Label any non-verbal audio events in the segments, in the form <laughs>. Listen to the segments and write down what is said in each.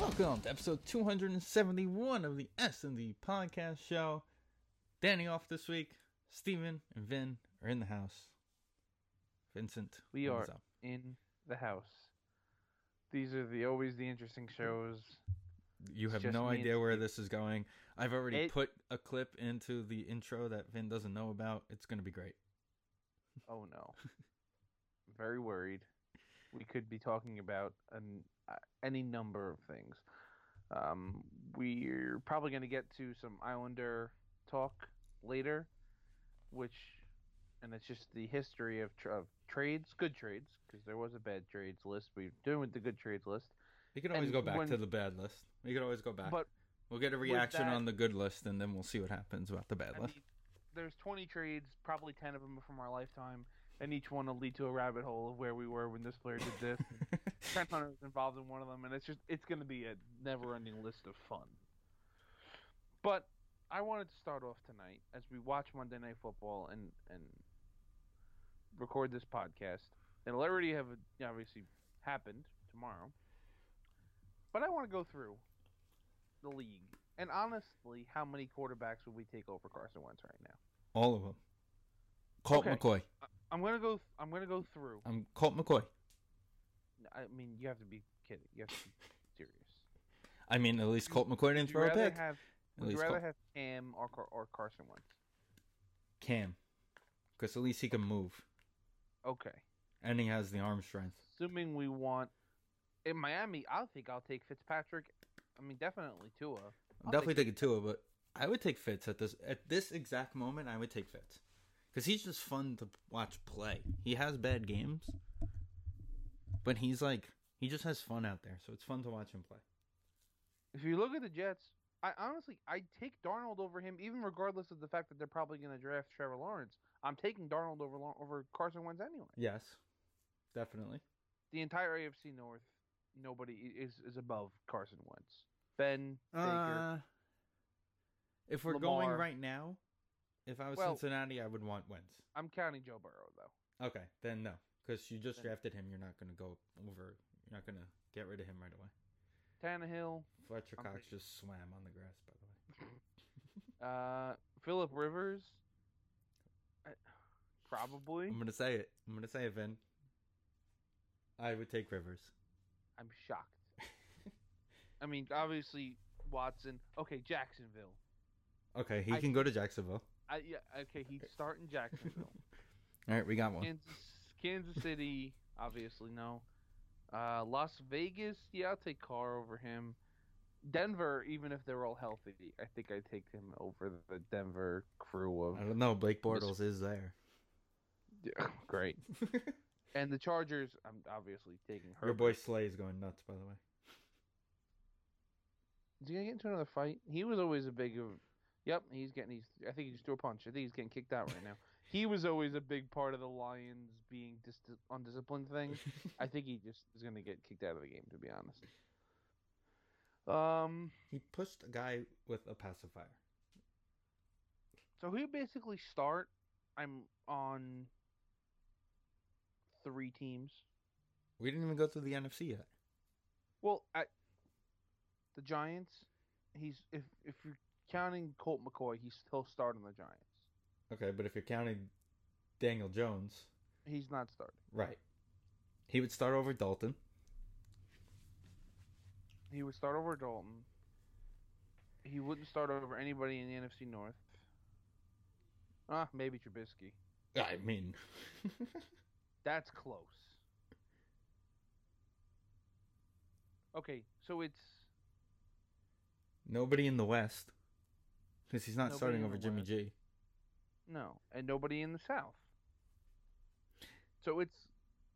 Welcome to episode 271 of the S&D Podcast Show. Danny off this week. Steven and Vin are in the house. Vincent. We what are is up? in the house. These are the always the interesting shows. You have just no me and idea where Steve. this is going. I've already It- put a clip into the intro that Vin doesn't know about. It's going to be great. Oh no, <laughs> I'm very worried. We could be talking about an, uh, any number of things. Um, we're probably going to get to some Islander talk later, which, and it's just the history of, tr of trades, good trades, because there was a bad trades list. We're doing with the good trades list, You can always And go back when- to the bad list. You can always go back. but we'll get a with reaction that- on the good list, and then we'll see what happens about the bad I list. mean, there's 20 trades, probably 10 of them from our lifetime, and each one will lead to a rabbit hole of where we were when this player did this. <laughs> Trent Hunter was involved in one of them, and it's just it's going to be a never-ending list of fun. But I wanted to start off tonight as we watch Monday Night Football and and record this podcast. It'll already have obviously happened tomorrow, but I want to go through the league and honestly, how many quarterbacks would we take over Carson Wentz right now? All of them. Colt Okay. McCoy. I'm gonna go. I'm gonna go through. I'm Colt McCoy. I mean, you have to be kidding. You have to be serious. I mean, at least You- Colt McCoy didn't Would you throw a rather pick. have? Would you least rather Colt- have Cam or Car- or Carson Wentz? Cam, because at least he can move, Okay. and he has the arm strength. Assuming we want in Miami, I think I'll take Fitzpatrick. I mean, definitely Tua. I'm definitely taking Tua, but I would take Fitz at this at this exact moment. I would take Fitz because he's just fun to watch play. He has bad games, but he's like he just has fun out there, so it's fun to watch him play. If you look at the Jets, I honestly I take Darnold over him, even regardless of the fact that they're probably gonna draft Trevor Lawrence. I'm taking Darnold over Law- over Carson Wentz anyway. Yes, definitely. the entire AFC North, nobody i- is is above Carson Wentz. Ben Baker. Uh, if we're going Lamar. right now, if I was Well- Cincinnati, I would want Wentz. I'm counting Joe Burrow though. Okay, then no, because you just Then- drafted him. You're not going to go over. You're not going to get rid of him right away. Tannehill, Fletcher I'm Cox pretty- just swam on the grass, by the way. uh, Philip Rivers, I- probably. I'm gonna say it. I'm gonna say it, Vin. I would take Rivers. <laughs> I'm shocked. I mean, obviously Watson. Okay, Jacksonville. Okay, he I can go to Jacksonville. I, yeah, okay, he's starting Jacksonville. <laughs> All right, we got one. Kansas, Kansas City, obviously no. Uh, Las Vegas, yeah, I'll take Carr over him. Denver, even if they're all healthy, I think I take him over the Denver crew of I don't know. Blake Bortles is <laughs> there. Yeah, great. And the Chargers, I'm obviously taking her. Your boy Slay is going nuts, by the way. Is he gonna get into another fight? He was always a big. of- Yep, he's getting. He's. I think he just threw a punch. I think he's getting kicked out right now. He was always a big part of the Lions being dis- undisciplined <laughs> thing. I think he just is gonna get kicked out of the game, to be honest. Um. He pushed a guy with a pacifier. So he basically start. I'm on three teams. We didn't even go through the NFC yet. Well, I, the Giants. He's if if you're counting Colt McCoy, he's still starting the Giants. Okay, but if you're counting Daniel Jones, He's not starting. right? He would start over Dalton. He would start over Dalton. He wouldn't start over anybody in the NFC North. Ah, maybe Trubisky. I <laughs> mean, That's close. Okay, so it's nobody in the West, because he's not Nobody starting in over the Jimmy West. G. no, and nobody in the South. So it's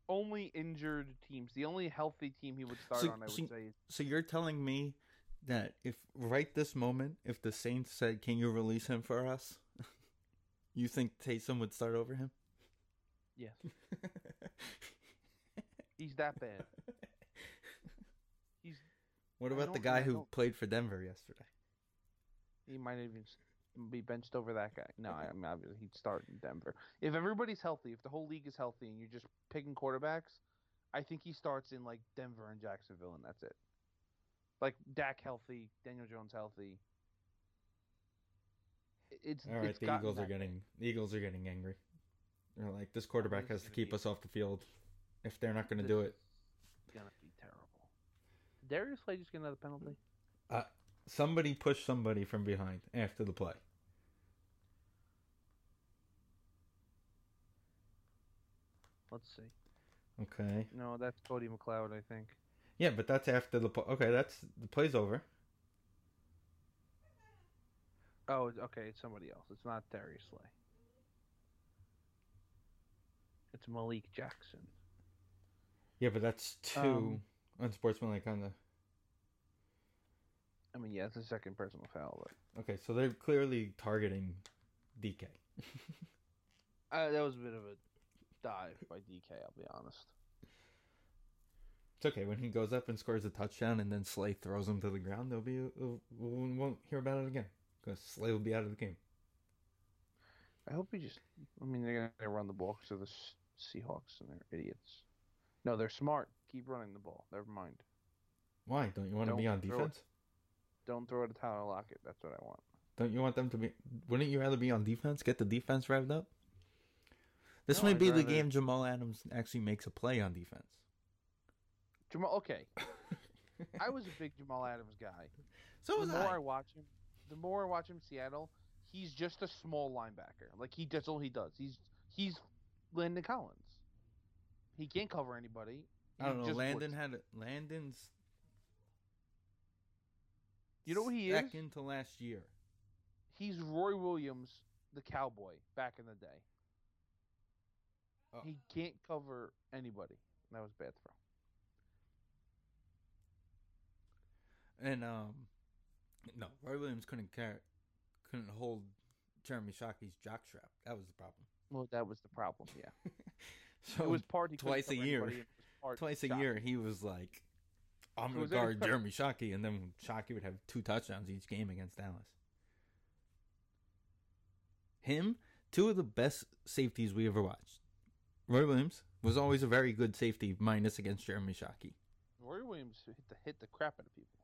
only injured teams. The only healthy team he would start So- on, I so- would say, is So you're telling me that if right this moment, if the Saints said, "Can you release him for us?" <laughs> you think Taysom would start over <laughs> him? yes, <laughs> he's that bad. He's what I about the don't- guy I who don't- played for Denver yesterday? He might even s- be benched over that guy. No, I mean obviously he'd start in Denver. If everybody's healthy, if the whole league is healthy, and you're just picking quarterbacks, I think he starts in like Denver and Jacksonville, and that's it. Like Dak healthy, Daniel Jones healthy. I- It's All right, it's the gotten Eagles are that bad. getting the Eagles are getting angry. They're like, this quarterback this has is to gonna keep be- us off the field. If they're not going to This do is it, Gonna be terrible. Darius Slay just get another penalty. uh, somebody push somebody from behind after the play. Let's see. Okay. No, that's Cody McLeod, I think. Yeah, but that's after the play. Okay, that's the play's over. Oh, it's- okay, it's somebody else. It's not Darius Slay. It's Malik Jackson. Yeah, but that's two Um, unsportsmanlike on the. I mean, yeah, it's a second personal foul, but Okay, so they're clearly targeting DK. uh, that was a bit of a dive by DK. I'll be honest. It's okay when he goes up and scores a touchdown, and then Slay throws him to the ground. They'll be we won't hear about it again because Slay will be out of the game. I hope he just. I mean, they're gonna- gonna run the ball because they're the S- Seahawks and they're idiots. No, they're smart. Keep running the ball. Never mind. Why don't you want to be Don't on throw it. defense? Don't throw it to Tyler Lockett. That's what I want. Don't you want them to be? Wouldn't you rather be on defense? Get the defense revved up. This No, might I'd be the rather- game Jamal Adams actually makes a play on defense. Jamal. Okay, I was a big Jamal Adams guy. so the was more I. I. watch him, the more I watch him in Seattle, he's just a small linebacker. Like he that's all he does. He's he's Landon Collins. He can't cover anybody. I don't He know. just Landon puts- had a, Landon's. You know what he is? second to last year. he's Roy Williams, the cowboy back in the day. Oh. He can't cover anybody. That was a bad throw. And um, no, Roy Williams couldn't car- couldn't hold Jeremy Shockey's jockstrap. That was the problem. Well, that was the problem. <laughs> Yeah, So it was part he couldn't twice a cover year. anybody, and it was part twice a shot. year he was like, "I'm So gonna was there a guard cut- Jeremy Shockey," and then Shockey would have two touchdowns each game against Dallas. Him, two of the best safeties we ever watched. Roy Williams was always a very good safety, minus against Jeremy Shockey. Roy Williams hit the hit the crap out of people.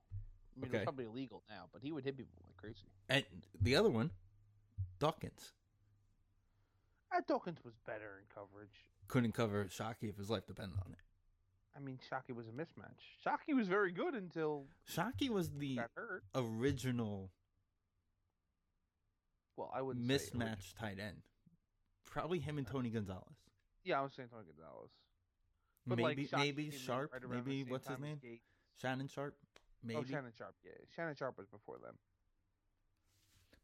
I mean, Okay. it's probably illegal now, but he would hit people like crazy. And the other one, Dawkins, I Dawkins was better in coverage. couldn't cover Shockey if his life depended on it. I mean, Shockey was a mismatch. Shockey was very good until Shockey was the he got hurt. original Well, I wouldn't say it was- mismatch tight end. Probably him and Tony Gonzalez. yeah, I was saying Tony Gonzalez. But Maybe like, Shockey maybe came in Sharp. right around the maybe same what's his time as name? Gates. Shannon Sharp. Maybe. Oh, Shannon Sharp. Yeah, Shannon Sharp was before them.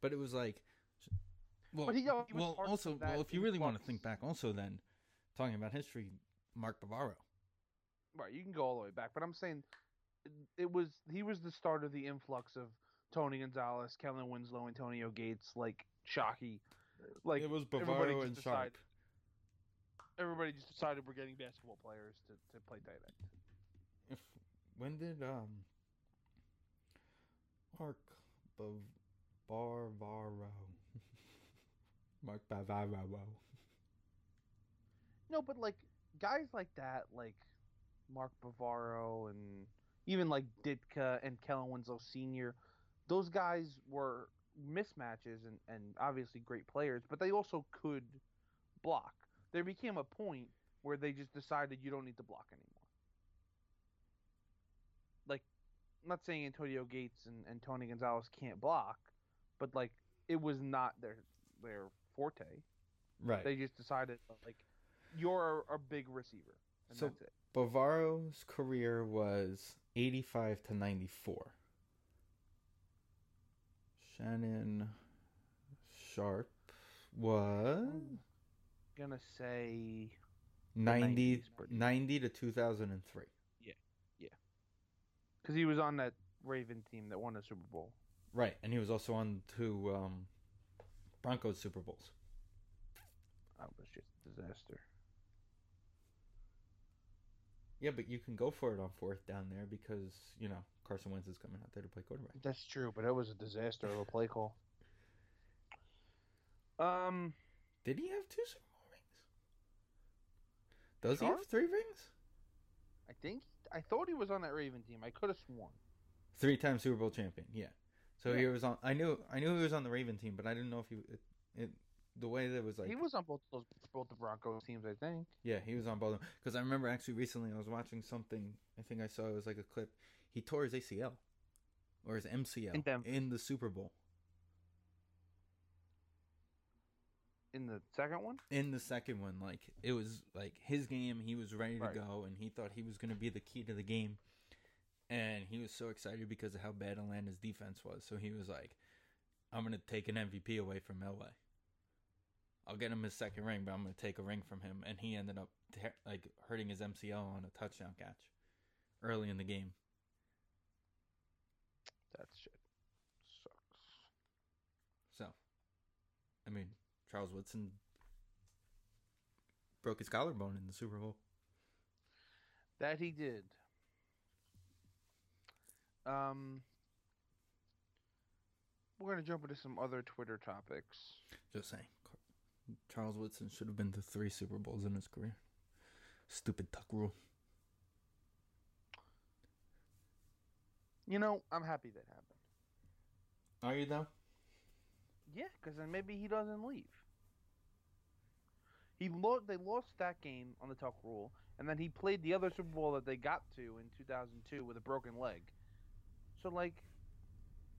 But it was like, well, he- oh, he was well part of also, that well, if you really want to influx. think back, also then talking about history, Mark Bavaro. Right, you can go all the way back, but I'm saying it was he was the start of the influx of Tony Gonzalez, Kellen Winslow, Antonio Gates, like Shockey. Like it was everybody Bavaro just and Sharp. decided- everybody just decided we're getting basketball players to, to play tight end. If when did um Mark Bav Bavaro <laughs> Mark Bavaro No, but like guys like that, like Mark Bavaro and even like Ditka and Kellen Winslow Senior, those guys were mismatches and, and obviously great players, but they also could block. There became a point where they just decided you don't need to block anymore. Like I'm not saying Antonio Gates and, and Tony Gonzalez can't block, but like it was not their their forte. Right. They just decided like you're a, a big receiver, and So- that's it. Bavaro's career was 85 to 94. Shannon Sharp was Oh, gonna say 90, 90s pretty- 90 to 2003. because he was on that Raven team that won a Super Bowl. Right, and he was also on two um, Broncos Super Bowls. That was just a disaster. Yeah, but you can go for it on fourth down there because, you know, Carson Wentz is coming out there to play quarterback. That's true, but it was a disaster of a play call. Um, Did he have two Super Bowl rings? Does he have Sharp? three rings? I think I thought he was on that Raven team. I could have sworn. Three time Super Bowl champion. Yeah. So he Yeah. was on. I knew. I knew he was on the Raven team, but I didn't know if he. It, it, the way that it was like. he was on both those both the Broncos teams, I think. Yeah, he was on both. Because I remember actually recently I was watching something. I think I saw it was like a clip. He tore his ACL, or his MCL In Denver. in the Super Bowl In the second one, in the second one. Like it was like his game. He was ready to Right. go, and he thought he was going to be the key to the game. And he was so excited because of how bad Atlanta's defense was. So he was like, "I'm going to take an MVP away from Elway." I'll get him his second ring, but I'm going to take a ring from him. And he ended up tear like hurting his MCL on a touchdown catch early in the game. that shit sucks. So, I mean, Charles Woodson broke his collarbone in the Super Bowl. That he did. Um, we're gonna jump into some other Twitter topics. Just saying, Car- Charles Woodson should have been to three Super Bowls in his career. Stupid tuck rule. You know, I'm happy that happened. Are you though? Yeah, because then maybe he doesn't leave. He lo- they lost that game on the tuck rule, and then he played the other Super Bowl that they got to in 2002 with a broken leg. So like,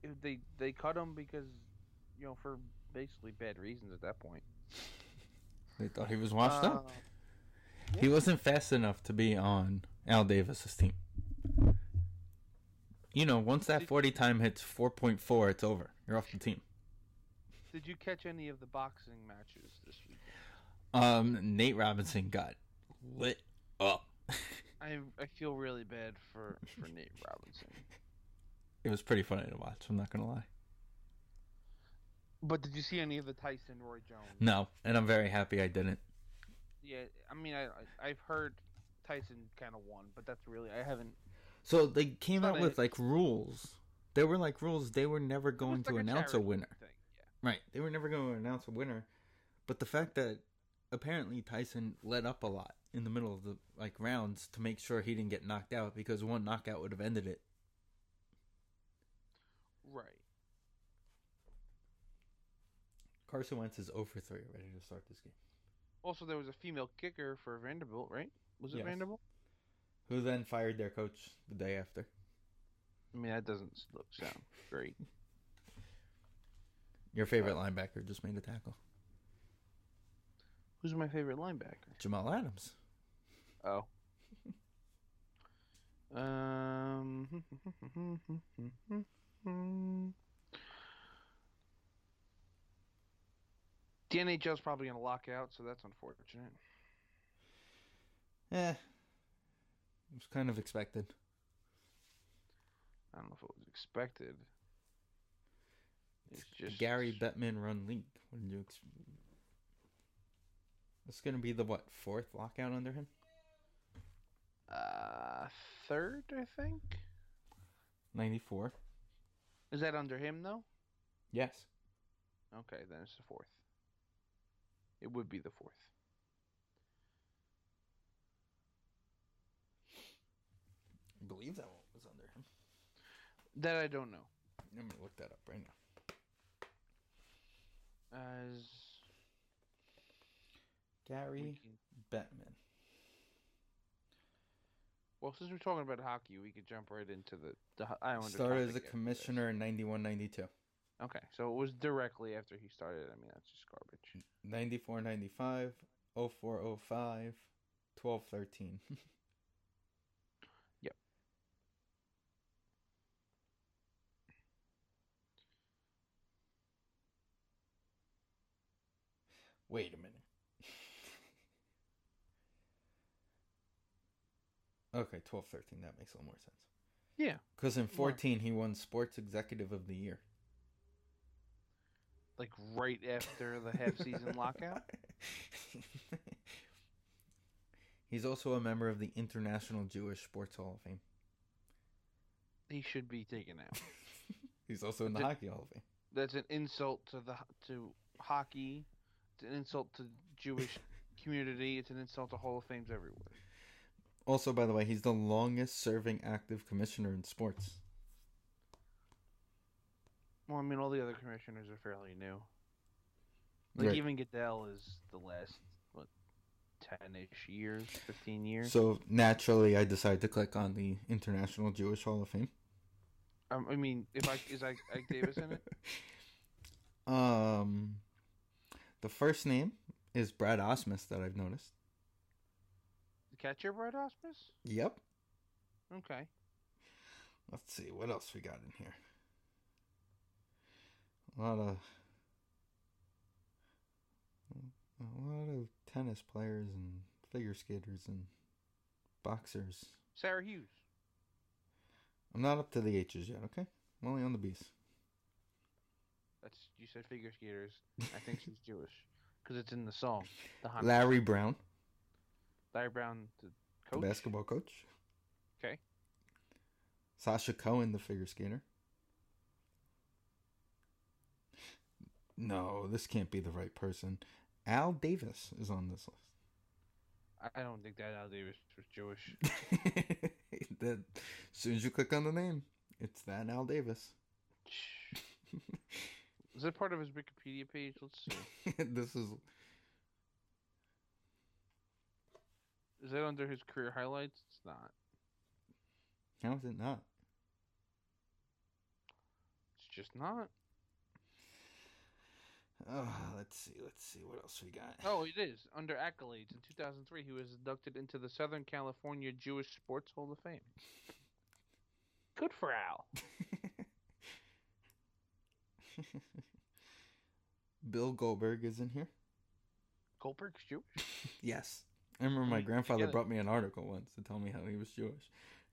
if they they cut him because, you know, for basically bad reasons at that point. They thought he was washed up. Uh, He wasn't fast enough to be on Al Davis's team. You know, once that Did- 40 time hits 4.4, it's over. You're off the team. Did you catch any of the boxing matches this week? Um, Nate Robinson got lit up. I I feel really bad for for <laughs> Nate Robinson. it was pretty funny to watch. I'm not gonna lie. But did you see any of the Tyson Roy Jones? No, and I'm very happy I didn't. Yeah, I mean, I I- I've heard Tyson kind of won, but that's really I haven't. So they came out But with it- like rules. There were like rules. They were never it was going to like announce a charity winner. Thing. Yeah. Right. They were never going to announce a winner. But the fact that apparently Tyson let up a lot in the middle of the like rounds to make sure he didn't get knocked out because one knockout would have ended it. Right. Carson Wentz is 0 for 3 ready to start this game. Also, there was a female kicker for Vanderbilt, right? Was it Yes. Vanderbilt? Who then fired their coach the day after. I mean, that doesn't s- look sound great. Your favorite Uh, linebacker just made a tackle. Who's my favorite linebacker? Jamal Adams. Oh. um. <laughs> The NHL's probably going to lock out, so that's unfortunate. Eh. It was kind of expected. I don't know if it was expected. It's just Gary Bettman run league. What did you ex- It's going to be the what, fourth lockout under him? uh, third, I think. 94. Is that under him though? Yes. Okay, then it's the fourth. It would be the fourth. I believe that one was under him. That I don't know. I'm going to look that up right now. As Gary we can- Bettman. Well, since we're talking about hockey, we could jump right into the, the Ho- Islander. Started as a topic after this. commissioner in 91, 92. Okay, so it was directly after he started. I mean, that's just garbage. 94, 95, 04, 05, 12, 13. Yep. <laughs> Wait a minute. <laughs> okay, 12, 13. That makes a little more sense. Yeah, Because in More. 14, he won Sports Executive of the Year. like right after the half-season lockout. <laughs> He's also a member of the International Jewish Sports Hall of Fame. <laughs> He should be taken out. He's also in the Did- Hockey Hall of Fame. That's an insult to the ho- to hockey. It's an insult to <laughs> Jewish community. It's an insult to Hall of Fames everywhere. Also, by the way, he's the longest serving active commissioner in sports. Well, I mean, all the other commissioners are fairly new. Like Right. even Goodell is the last what ten-ish years, fifteen years. So naturally, I decided to click on the International Jewish Hall of Fame. Um, I mean, if I is Ike, Ike Davis in it? <laughs> Um, the first name is Brad Osmus that I've noticed. The catcher, Brad Osmus. Yep. Okay. Let's see what else we got in here. A lot of a lot of tennis players and figure skaters and boxers. Sarah Hughes. I'm not up to the H's yet, okay? I'm only on the B's. That's you said figure skaters. I think she's Jewish because it's in the song. The Hanukkah. Larry Brown, Larry Brown, the the coach. basketball coach. Okay. Sasha Cohen, the figure skater. No, this can't be the right person. Al Davis is on this list. I- I don't think that Al Davis was Jewish. <laughs> that as soon as you click on the name, it's that Al Davis. <laughs> Is that part of his Wikipedia page? Let's see. this is Is that under his career highlights? It's not. how is it not? It's just not. Oh, let's see, let's see what else we got. <laughs> Oh, it is under accolades. In 2003, he was inducted into the Southern California Jewish Sports Hall of Fame. Good for Al. Bill Goldberg is in here. Goldberg's Jewish. Yes. I remember my Mm, grandfather together. brought me an article once to tell me how he was Jewish.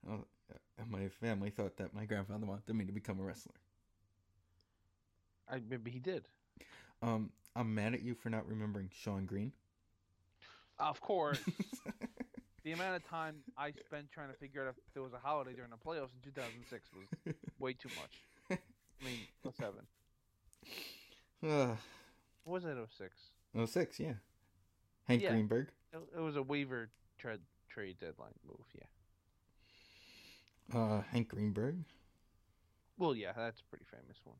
Uh, And my family thought that my grandfather wanted me to become a wrestler. I maybe he did. Um, I'm mad at you for not remembering Sean Green. <laughs> Of course. the amount of time I spent trying to figure out if there was a holiday during the playoffs in 2006 was way too much. <laughs> I mean, 07. Ugh. What was it, 06? Oh six, yeah. Hank Yeah. Greenberg. It, it was a waiver trade trade deadline move, yeah. Uh, Hank Greenberg. Well, yeah, that's a pretty famous one.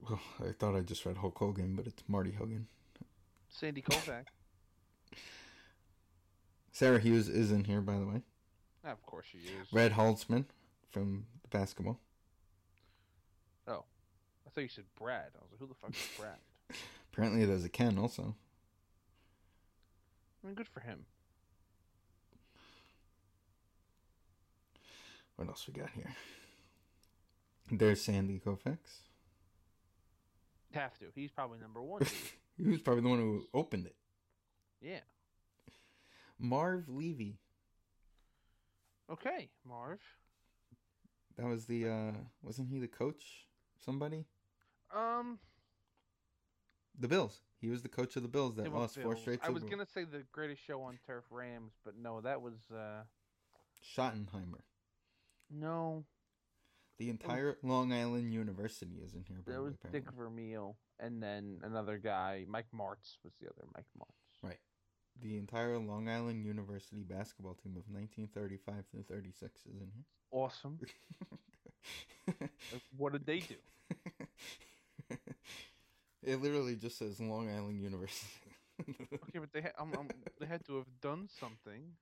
Well, I thought I just read Hulk Hogan, but it's Marty Hogan. <laughs> Sandy Koufax. Sarah Hughes is in here, by the way. of course she is. Red Holtzman from the basketball. Oh, I thought you said Brad. I was like, who the fuck is Brad? Apparently, there's a Ken also. I mean, good for him. What else we got here? There's Sandy Koufax. Have to. He's probably <laughs> number one. dude. He was probably the one who opened it. yeah. Marv Levy. Okay, Marv. That was the uh wasn't he the coach? Somebody? Um, The Bills. He was the coach of the Bills that it was lost four Bills. straight I Super was Bowls. gonna say the greatest show on turf, Rams, but no, that was uh Schottenheimer. no, The entire Long Island University is in here. by that the way, was Dick apparently. Vermeil, and then another guy, Mike Martz was the other Mike Martz. Right. The entire Long Island University basketball team of 1935 through 36 is in Awesome. here. Like, what did they do? <laughs> it literally just says Long Island University. <laughs> Okay, but they ha- um, um, they had to have done something.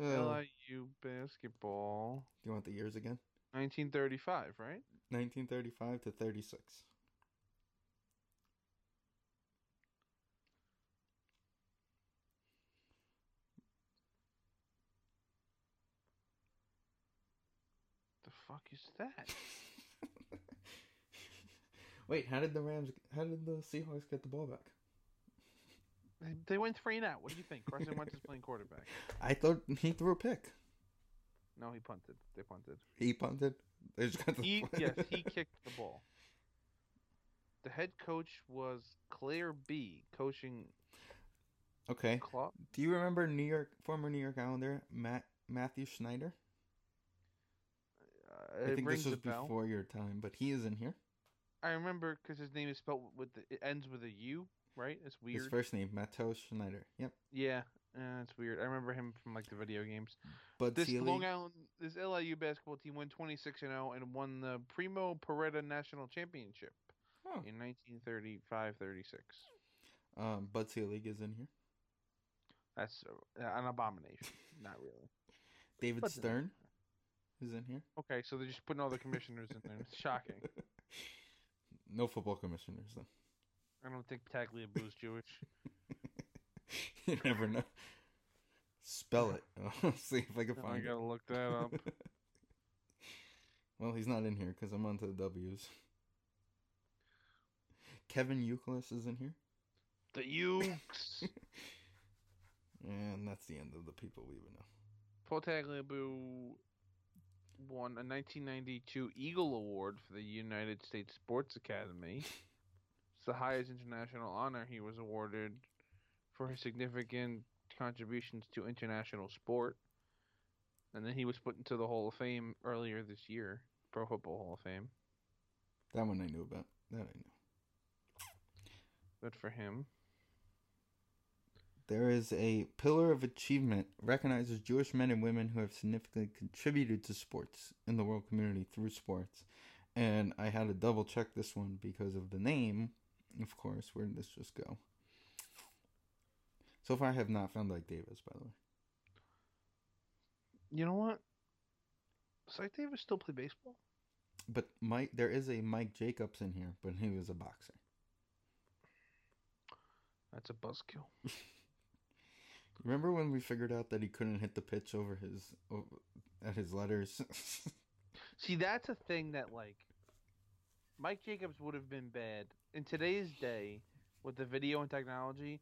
Uh, LIU basketball, you want the years again? 1935, right? 1935 to 36. The fuck is that? <laughs> Wait, how did the Rams? How did the Seahawks get the ball back? They, they went three and out. What do you think? Carson Wentz is playing quarterback. I thought he threw a pick. No, he punted. They punted. He punted. They just got the <laughs> He yes, he kicked the ball. The head coach was Claire B, coaching Okay. Klopp. Do you remember New York former New York Islander Matt Matthew Schneider? Uh, I it think rings this was a bell. before your time, but he is in here. I remember because his name is spelled with the, it ends with a U, right? It's weird. His first name Matteo Schneider. Yep. Yeah, uh, it's weird. I remember him from like the video games. But This Sealy, Long Island, this LIU basketball team went 26 and 0 and won the Primo Peretta National Championship Huh. in 1935-36. um, Bud Selig is in here. That's uh, <laughs> an abomination. Not really. David Bud Selig. Stern is in here. Okay, so they're just putting all the commissioners in there. It's shocking. No football commissioners though. <laughs> I don't think Tagliabue's Jewish. you never know. Spell it. <laughs> I'll see if I can I find gotta look that up. it. well, he's not in here because I'm onto the W's. Kevin Euclid is in here. <laughs> The Ukes. And that's the end of the people we would know. Paul Tagliabue won a 1992 Eagle Award for the United States Sports Academy. It's the highest international honor he was awarded for his significant contributions to international sport. And then he was put into the Hall of Fame earlier this year, Pro Football Hall of Fame. That one I knew about. That I knew. Good for him. There is a pillar of achievement recognizes Jewish men and women who have significantly contributed to sports in the world community through sports. And I had to double check this one because of the name, of course. Where did this just go? So far, I have not found like Davis, by the way. You know what? Sike Davis still play baseball? But Mike, there is a Mike Jacobs in here, but he was a boxer. That's a buzzkill. Remember when we figured out that he couldn't hit the pitch over his o- at his letters? <laughs> See, that's a thing that like Mike Jacobs would have been bad in today's day with the video and technology.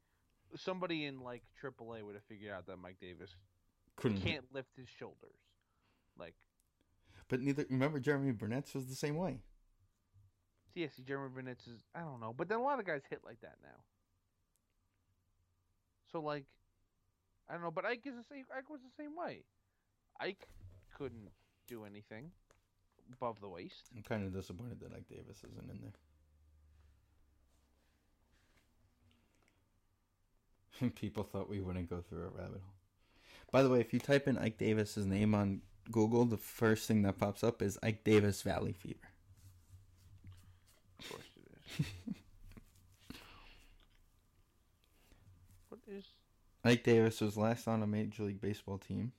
Somebody in like AAA would have figured out that Mike Davis couldn't. hit. can't lift his shoulders. Like, But neither. Remember Jeremy Burnett's was the same way. see, I see Jeremy Bennett's is I don't know, but then a lot of guys hit like that now. So like, I don't know, but Ike is the same. Ike was the same way. Ike couldn't do anything above the waist. I'm kind of disappointed that Ike Davis isn't in there. <laughs> People thought we wouldn't go through a rabbit hole. By the way, if you type in Ike Davis's name on Google, the first thing that pops up is Ike Davis Valley Fever. Of course it is. what is Ike Davis was last on a Major League Baseball team.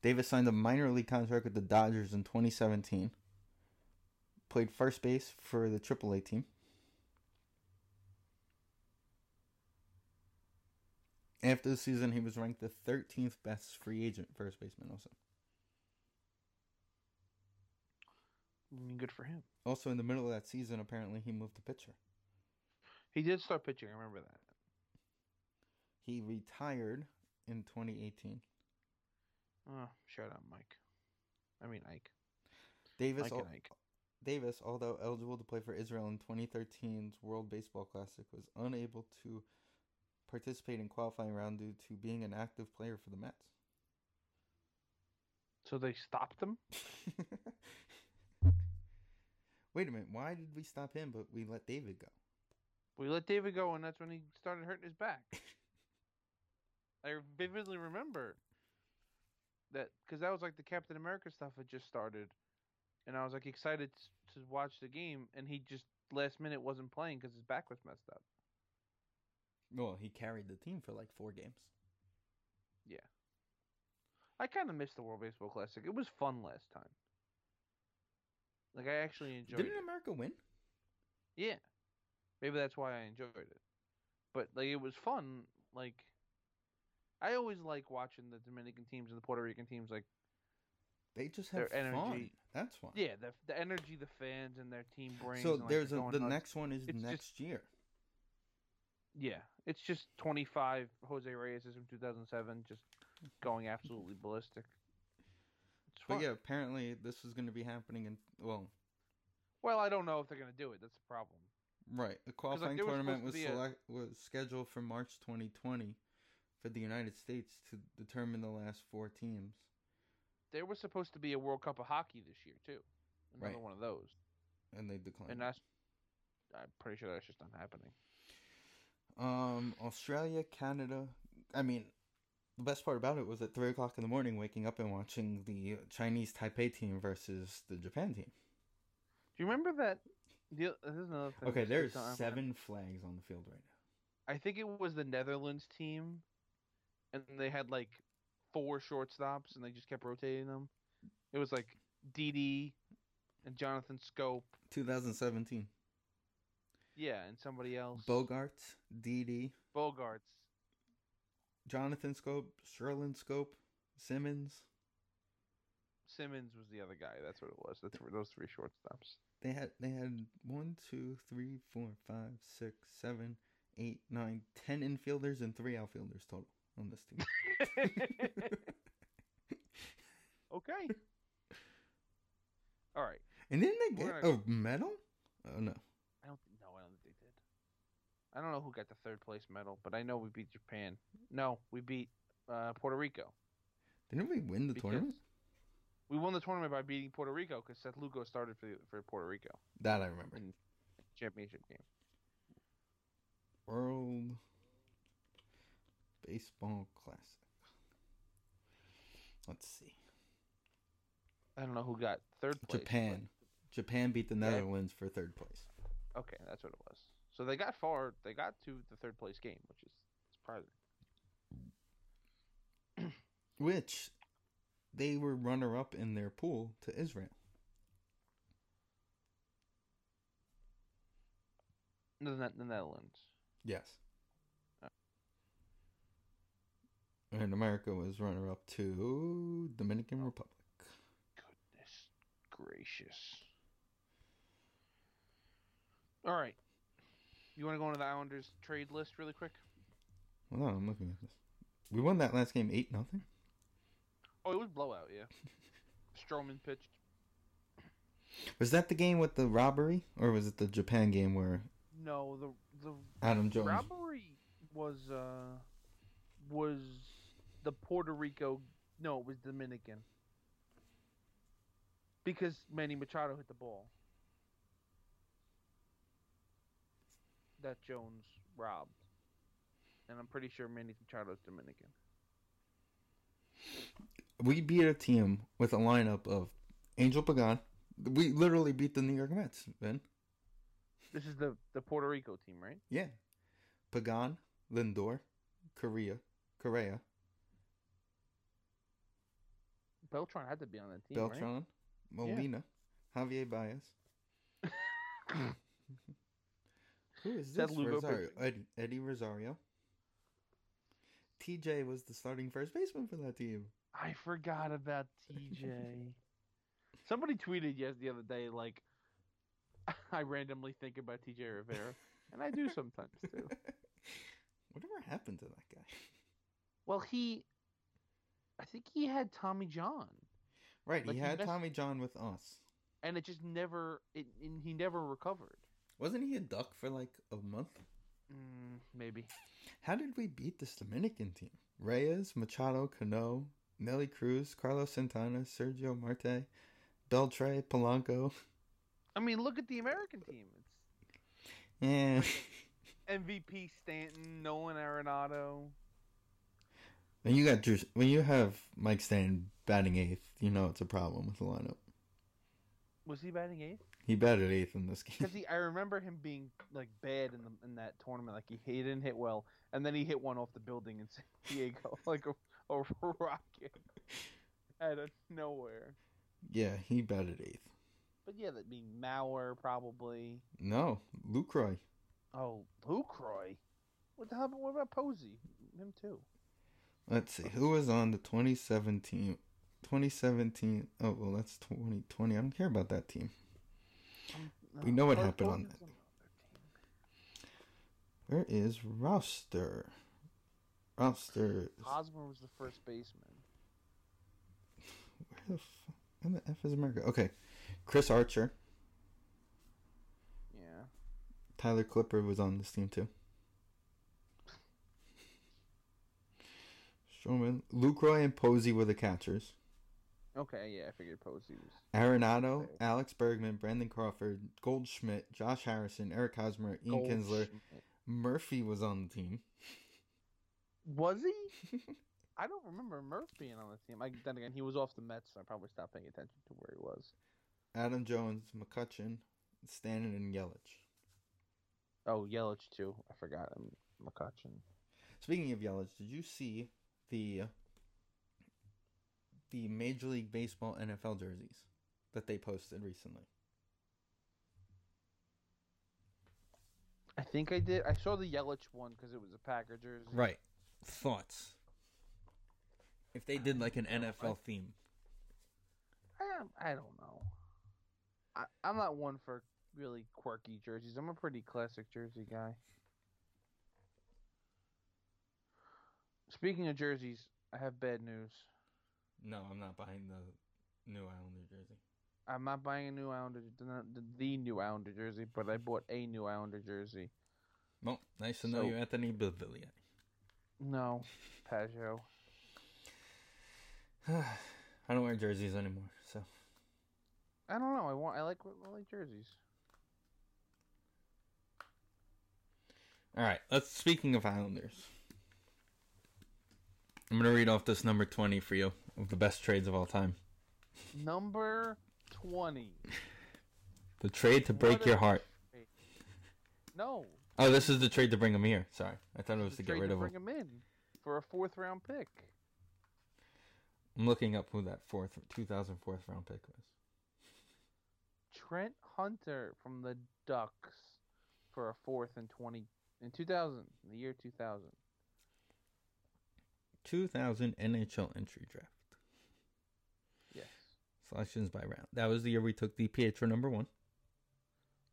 Davis signed a minor league contract with the Dodgers in 2017. Played first base for the AAA team. After the season, he was ranked the 13th best free agent first baseman. Also, I mean, good for him. also in the middle of that season, apparently he moved to pitcher. He did start pitching. I remember that. He retired in 2018. Oh, shout out Mike. I mean Ike. Davis Mike al- and Ike. Davis, although eligible to play for Israel in 2013's World Baseball Classic, was unable to participate in qualifying round due to being an active player for the Mets. <laughs> So they stopped him. Wait a minute, why did we stop him but we let David go? We let David go, and that's when he started hurting his back. I vividly remember that because that was like the Captain America stuff had just started, and I was like excited s- to watch the game, and he just last minute wasn't playing because his back was messed up. Well, he carried the team for like four games. I kind of missed the World Baseball Classic. It was fun last time. Like I actually enjoyed Didn't it. America win? Yeah. Maybe that's why I enjoyed it. But like it was fun, like I always like watching the Dominican teams and the Puerto Rican teams like They just Their have fun. energy. That's why. yeah, the the energy the fans and their team brings So and, like, there's a, going the nuts. next one is It's just- next year. Yeah. It's just 25 Jose Reyes is from 2007 just going absolutely ballistic. It's But fun. yeah, apparently this is going to be happening in well, Well, I don't know if they're going to do it. That's the problem. right. The like, qualifying there was tournament was supposed to be a- select, was scheduled for March 2020 for the United States to determine the last four teams. There was supposed to be a World Cup of Hockey this year too. Another Right. one of those. and they declined. And that's I'm pretty sure that's just not happening. um, Australia, Canada. I mean, the best part about it was at three o'clock in the morning, waking up and watching the Chinese Taipei team versus the Japan team. Do you remember that? The, this is another thing. Okay, that's there's on- seven flags on the field right now. I think it was the Netherlands team, and they had like four shortstops, and they just kept rotating them. It was like DD and Jonathan Scope, 2017. yeah, and somebody else. Bogarts, DD, Bogarts. Jonathan Scope, Sherlin Scope, Simmons. Simmons was the other guy. That's what it was. The th- those three shortstops. <laughs> They had they had one, two, three, four, five, six, seven, eight, nine, ten infielders and three outfielders total on this team. <laughs> <laughs> okay. All right. And didn't they We're get a medal? Oh no. I don't think, no, I don't think they did. I don't know who got the third place medal, but I know we beat Japan. No, we beat uh, Puerto Rico. Didn't we win the Because- tournament? We won the tournament by beating Puerto Rico because Seth Lugo started for for Puerto Rico That I remember. in the championship game. World Baseball Classic. Let's see. I don't know who got third place. but- Japan. Japan beat the Yeah. Netherlands for third place. Okay, that's what it was. So they got far. They got to the third place game, which is surprising. Which they were runner up in their pool to Israel. No, the, the Netherlands. Yes. Oh. And America was runner up to Dominican Republic. Goodness gracious. All right. You want to go into the Islanders trade list really quick? Hold on, I'm looking at this. We won that last game eight nothing. Oh, it was blowout, yeah. Strowman pitched. Was that the game with the robbery, or was it the Japan game where No, the the Adam Jones? robbery was uh was the Puerto Rico. No, it was Dominican. Because Manny Machado hit the ball. That Jones robbed, and I'm pretty sure Manny Machado's Dominican. we beat a team with a lineup of Angel Pagan. We literally beat the New York Mets, Ben. This is the the Puerto Rico team, right? Yeah, Pagan, Lindor, Correa, Correa, Beltran had to be on that team, right? Beltran, Molina, Javier Baez. <laughs> Who is Seth this? Lugo Rosario. pitching. Eddie, Eddie Rosario. TJ was the starting first baseman for that team. I forgot about TJ. Somebody tweeted yes the other day, like <laughs> I randomly think about TJ Rivera, and I do sometimes too. <laughs> Whatever happened to that guy? Well, he, I think he had Tommy John, Right, Like, he he had messed- Tommy John with us. and it just never, it, and he never recovered. Wasn't he a duck for like a month? Mm, maybe How did we beat this Dominican team? Reyes, Machado, Cano, Nelly Cruz, Carlos Santana, Sergio Marte, Beltre, Polanco. <laughs> I mean, look at the American team. It's Yeah. <laughs> MVP Stanton, Nolan Arenado. When you got Drew, when you have Mike Stanton batting eighth, you know it's a problem with the lineup. Was he batting eighth? He batted eighth in this game. Because I remember him being like bad in the, in that tournament. Like he, he didn't hit well, and then he hit one off the building in <laughs> San Diego, like a, a rocket <laughs> out of nowhere. <laughs> Yeah, he batted eighth. But yeah, that'd be Mauer probably. No, Lucroy. Oh, Lucroy. What the hell? What about Posey? Him too. Let's see who was on the 2017. 2017. Oh well, that's 2020. I don't care about that team. We know Oh, what happened on Posey's that. another team. Where is roster? Roster. Hosmer was the first baseman. Where the f- where the f is America? Okay, Chris Archer, Yeah. Tyler Clipper was on this team too. Showman, Lucroy and Posey were the catchers. Okay. Yeah, I figured Posey was. Arenado, Okay. Alex Bergman, Brandon Crawford, Goldschmidt, Josh Harrison, Eric Hosmer, Ian Kinsler, Goldschmidt. Murphy was on the team. Was he? I don't remember Murph being on the team. I, then again, he was off the Mets, so I probably stopped paying attention to where he was. Adam Jones, McCutcheon, Stanton, and Yelich. Oh, Yelich too. I forgot him. McCutcheon. Speaking of Yelich, did you see the the Major League Baseball NFL jerseys that they posted recently? I think I did. I saw the Yelich one because it was a Packer jersey. Right. Thoughts. If they did like an NFL theme. I don't- I don't know. I, I'm not one for really quirky jerseys. I'm a pretty classic jersey guy. Speaking of jerseys, I have bad news. No, I'm not buying the New Islander jersey. I'm not buying a new Islander, the, the new Islander jersey, but I bought a new Islander jersey. Well, nice to know So- you, Anthony Bavillier. <laughs> No, Pajot. <sighs> I don't wear jerseys anymore, so I don't know. I want. I like. I like jerseys. All right. Let's speaking of Islanders. I'm gonna read off this number twenty for you of the best trades of all time. Number twenty. The trade to break What your a- heart. No, Oh, this is the trade to bring him here. Sorry, I thought it it's was a to get trade rid to of bring him. him in for a fourth round pick. I'm looking up who that fourth, 2004th round pick was. Trent Hunter from the Ducks for a fourth in twenty in two thousand, the year two thousand. 2000 NHL entry draft Yes, selections by round. That was the year we took the Pietro number one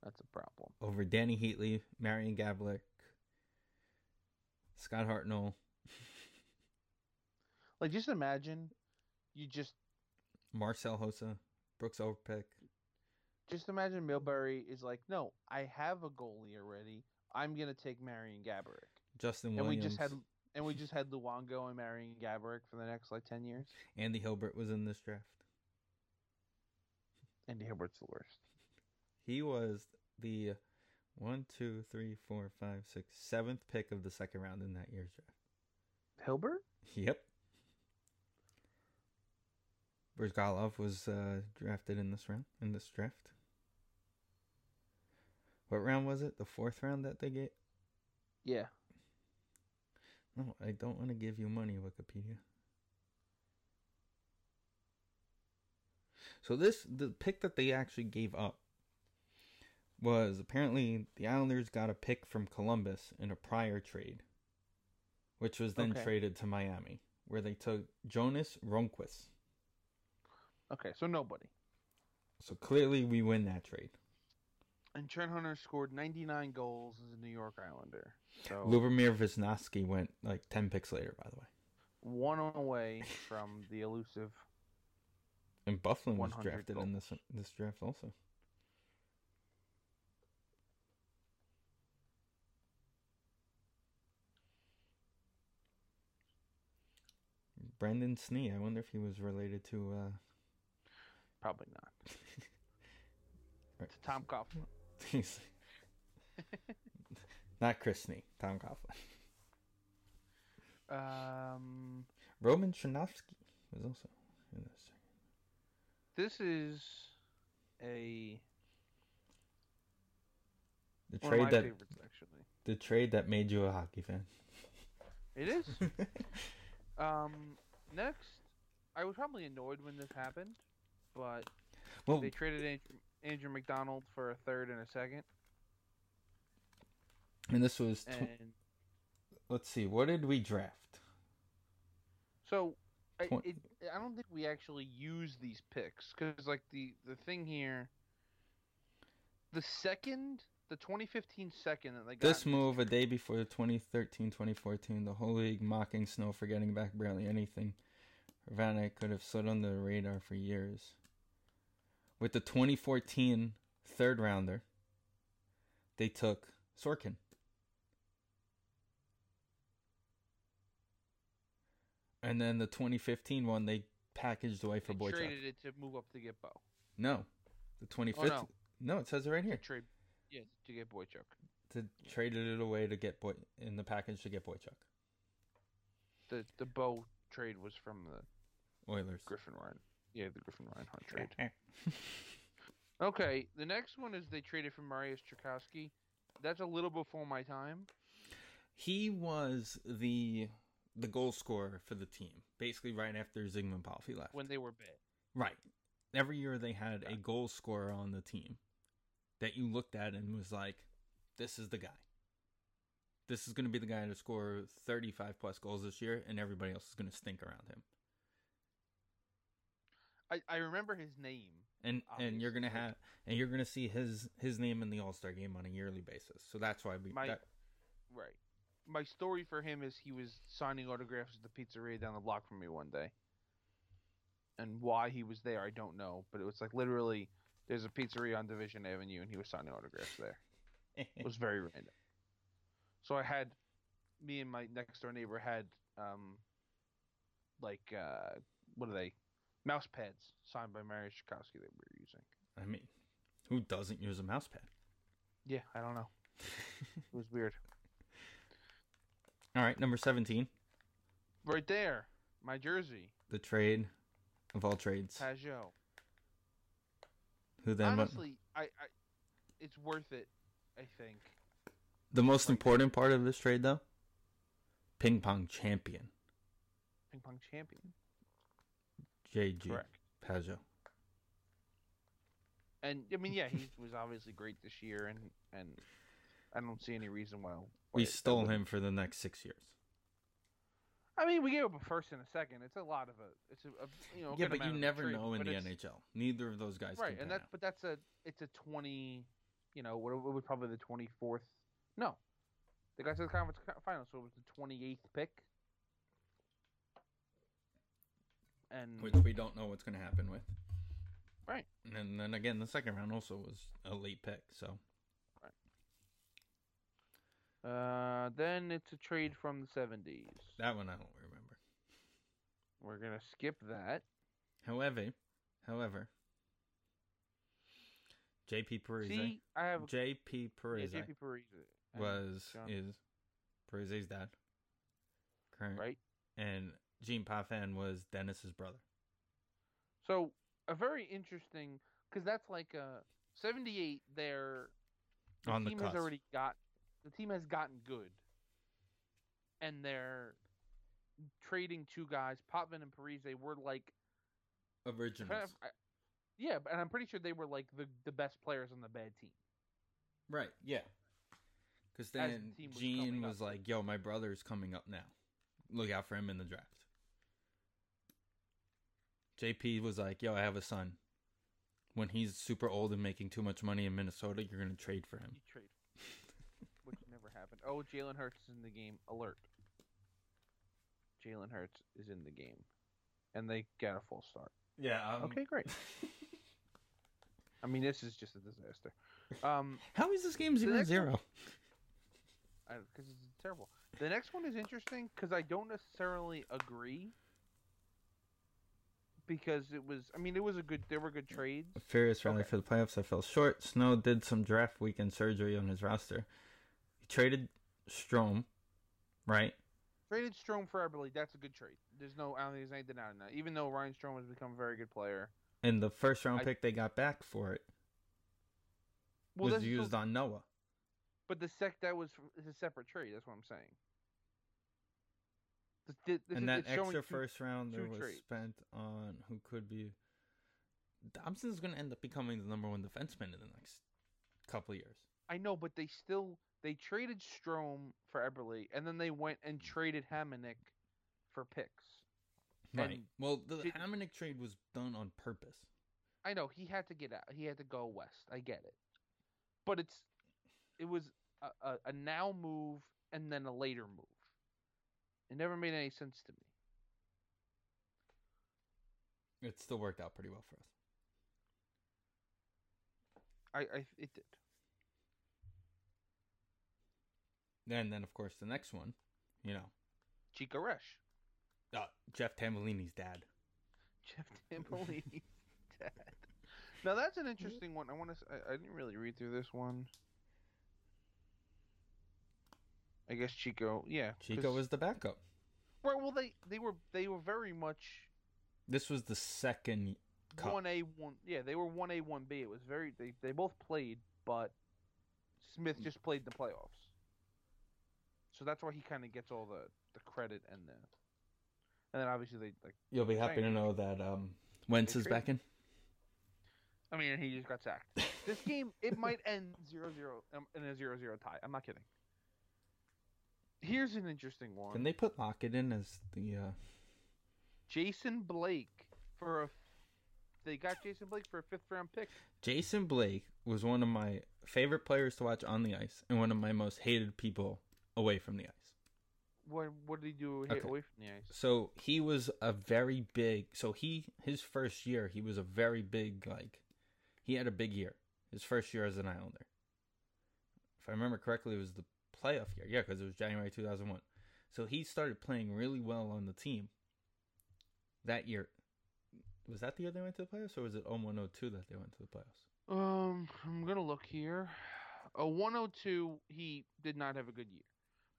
that's a problem. over Danny Heatley, Marion Gavlik, Scott Hartnell, Like just imagine, you just Marcel Hossa, Brooks Overpeck. just imagine Milbury is like, no, I have a goalie already. I'm gonna take Marion Gaborik, Justin and we Williams. just had and we just had Luongo and Marion Gaborik for the next like ten years. Andy Hilbert was in this draft. Andy Hilbert's the worst. He was the one, two, three, four, five, six, seventh pick of the second round in that year's draft. Hilbert? Yep. Brzgalov was uh, drafted in this round, in this draft. What round was it? The fourth round that they get? Yeah. No, I don't want to give you money, Wikipedia. So this the pick that they actually gave up was apparently the Islanders got a pick from Columbus in a prior trade, which was then Okay. traded to Miami, where they took Jonas Ronquist. Okay, so nobody. So clearly we win that trade. And Trent Hunter scored 99 goals as a New York Islander. So Lubomir Visnosky went like ten picks later, by the way. one away from the elusive. And Bufflin was 100 drafted in this this draft also. Brandon Snee. I wonder if he was related to uh, <laughs> Probably not. right- To Tom Coughlin. <laughs> he's- not Chris Snee. Tom Coughlin. Um, Roman Chernovsky was also in this. this is a The One of trade my that favorites, actually. the trade that made you a hockey fan. <laughs> It is. <laughs> um, next, I was probably annoyed when this happened, but well, they traded Andrew, Andrew McDonald for a third and a second, and this was tw- and let's see, what did we draft? So, I, Twen- it, I don't think we actually use these picks because, like, the the thing here, the second, the 2015 second that they got. This in move a trade- day before the 2013-2014, the whole league mocking snow, forgetting back barely anything. Ravana could have slid under the radar for years. With the 2014 third rounder, they took Sorkin. And then the 2015 one, they packaged away for they Boychuk. traded it to move up to get Bo. No, the 2015. no. no. it says it right To here. trade, yeah, to get Boychuk. To traded it away to get Boy in the package to get Boychuk. The the Bo trade was from the Oilers. Griffin Ryan. Yeah, the Griffin Reinhardt trade. Okay, the next one is they traded for Marius Tchaikovsky. That's a little before my time. he was the the goal scorer for the team, basically right after Zygmunt Palfi left. when they were bad. right. Every year they had a goal scorer on the team that you looked at and was like, this is the guy. This is going to be the guy to score 35 plus goals this year, and everybody else is going to stink around him. I, I remember his name. and and you're gonna Obviously. have and you're gonna see his his name in the All Star game on a yearly basis. So that's why we My- that- Right. My story for him is he was signing autographs at the pizzeria down the block from me one day. And why he was there, I don't know. But it was like literally, there's a pizzeria on Division Avenue, and he was signing autographs there. It was very random. So I had, me and my next door neighbor had, um, like, uh, what are they? Mouse pads signed by Mary Shikowski that we were using. <laughs> I mean, who doesn't use a mouse pad? Yeah, I don't know. It was weird. All right, number seventeen, Right there, my jersey, the trade of all trades. Pajot. Who then? went- Honestly, I, I, it's worth it. I think. the most like- important part of this trade, though, ping pong champion Ping pong champion. JG Correct. Pajot. And I mean, yeah, he was obviously great this year, and and I don't see any reason why. why We it- that stole wouldn't- him for the next six years. I mean, we gave up a first and a second. It's a lot of a. It's a, a you know. a yeah, but good you amount of never trade, know in but the it's- NHL. Neither of those guys can Right, and pan that's but that's a it's a twenty. You know what? It was probably the twenty fourth. No, they got to the conference co- final, so it was the twenty eighth pick. And out, which we don't know what's going to happen with. Right. And then again, the second round also was a late pick, so Uh, then it's a trade from the seventies. That one I don't remember. We're gonna skip that. However, however, JP Parise, See, I have JP yeah, Parise JP Parise and was John, is Parise's dad, current, right. and Gene Poffan was Dennis's brother. So a very interesting because that's like a seventy eight. There, the On the team has cusp. already got the team has gotten good, and they're trading two guys. Potvin and Parise were like, Originals, kind of- I- yeah, but- and I'm pretty sure they were like the the best players on the bad team. right? Yeah, because As the then team was Gene coming up. was like, "Yo, my brother's coming up now. Look out for him in the draft." JP was like, "Yo, I have a son. When he's super old and making too much money in Minnesota, you're gonna trade for him." You trade, <laughs> which never happened. Oh, Jalen Hurts is in the game. Alert! Jalen Hurts is in the game, and they got a full start. Yeah. Um, okay, great. <laughs> I mean, this is just a disaster. Um, How is this game The zero next zero? because it's terrible. The next one is interesting because I don't necessarily agree. Because it was, I mean, it was a good. There were good trades. Furious rally Okay. for the playoffs. I fell short. Snow did some draft weekend surgery on his roster. He traded Strom, right? Traded Strom for Everly. That's a good trade. There's no, I don't think there's anything out in that. Even though Ryan Strom has become a very good player. And the first round I- pick they got back for it was that's still- used on Noah. But the sec that was from- is a separate trade. That's what I'm saying. Th- th- this and is- that it's showing extra two- first round there two was trades. spent on who could be. Dobson's going to end up becoming the number one defenseman in the next couple of years. I know, but they still they traded Strom for Eberle, and then they went and traded Hamannik for picks. Right. And well, the didn't- Hamannik trade was done on purpose. I know he had to get out. He had to go west. I get it, but it's it was a, a, a now move and then a later move. It never made any sense to me. It still worked out pretty well for us. I, I it did. And then, of course, the next one, you know, Chico Resch, uh, Jeff Tambellini's dad. Jeff Timberlake's <laughs> dad. Now that's an interesting one. I want to. I, I didn't really read through this one. I guess Chico. Yeah, 'cause- Chico was the backup. Right. Well, they they were they were very much This was the second cup. one A one. Yeah, they were one A one B. It was very they they both played, but Smith just played in the playoffs. So that's why he kind of gets all the the credit and the. And then obviously they like. You'll be happy to Thanks. know that um, Wentz They is back in. I mean, he just got sacked. <laughs> This game it might end 0-0 um, in a 0-0 tie. I'm not kidding. Here's an interesting one. Can they put Lockett in as the? Uh... Jason Blake for a they got Jason Blake for a fifth round pick. Jason Blake was one of my favorite players to watch on the ice and one of my most hated people away from the ice. What what did he do here Okay. away from the ice? So he was a very big. So he his first year he was a very big like he had a big year. His first year as an Islander. If I remember correctly, it was the playoff year. Yeah, because it was January two thousand one. So he started playing really well on the team. That year, was that the year they went to the playoffs, or was it 0102 that they went to the playoffs? Um, I'm gonna look here. A 102, he did not have a good year,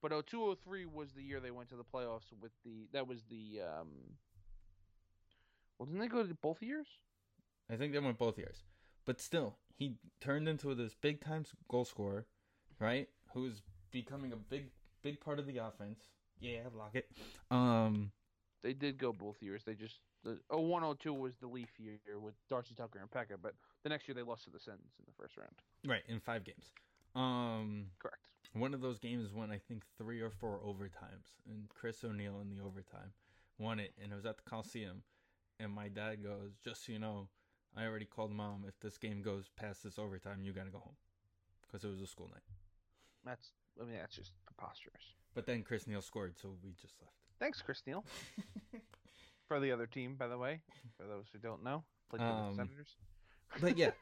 but 0203 was the year they went to the playoffs with the that was the um. Well, didn't they go to both years? I think they went both years. But still, he turned into this big time s- goal scorer, right? Who's becoming a big big part of the offense. Yeah, Lockett. Um They did go both years. They just the oh, 0102 was the leaf year with Darcy Tucker and Pekka, but the next year they lost to the Sens in the first round. right, in 5 games. Um Correct. one of those games won I think 3 or 4 overtimes and Chris O'Neill in the overtime won it and it was at the Coliseum and my dad goes, "Just so you know, I already called mom if this game goes past this overtime, you got to go home." Cuz it was a school night. That's I mean that's just preposterous. But then Chris Neal scored, so we just left. Thanks, Chris Neal, for the other team, by the way. For those who don't know, played for Um, the Senators. but yeah.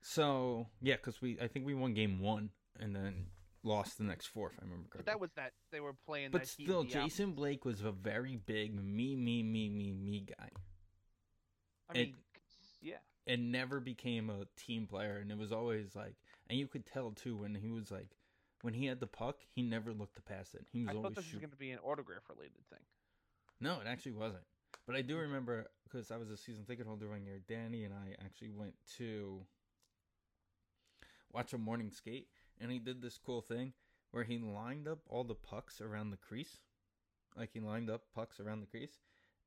So yeah, because we I think we won game one and then lost the next four if I remember But correctly. that was that they were playing. But that heat still, in the out- Jason Blake was a very big me me me me me guy, it- I mean, yeah, and never became a team player. And it was always like, and you could tell too when he was like, when he had the puck, he never looked to pass it. He was I thought always this was shooting. going to be an autograph related thing. No, it actually wasn't. But I do remember because I was a season ticket holder one year. Danny and I actually went to watch a morning skate, and he did this cool thing where he lined up all the pucks around the crease, like he lined up pucks around the crease,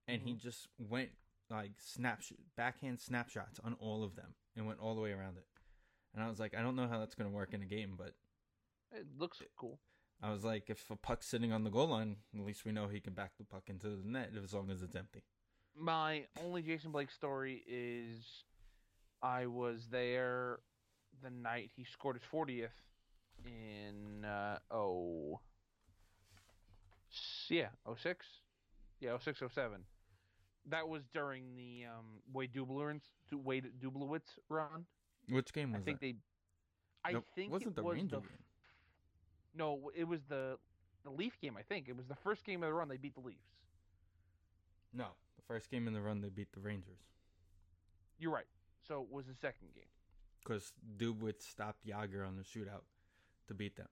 and he just went like snapshot backhand snapshots on all of them and went all the way around it. And I was like, I don't know how that's going to work in a game, but It looks cool. I was like, if a puck's sitting on the goal line, at least we know he can back the puck into the net as long as it's empty. My only Jason Blake story is I was there the night he scored his 40th in uh, oh s- yeah 06 yeah 06 07. That was during the um, Wade Dublowitz Wade Dublowitz run. Which game I was think that? they. I Nope, think wasn't it the was Ranger the game. no. It was the the Leaf game. I think it was the first game of the run. They beat the Leafs. No, the first game in the run they beat the Rangers You're right. So it was the second game. because Dubwitz stopped Yager on the shootout to beat them.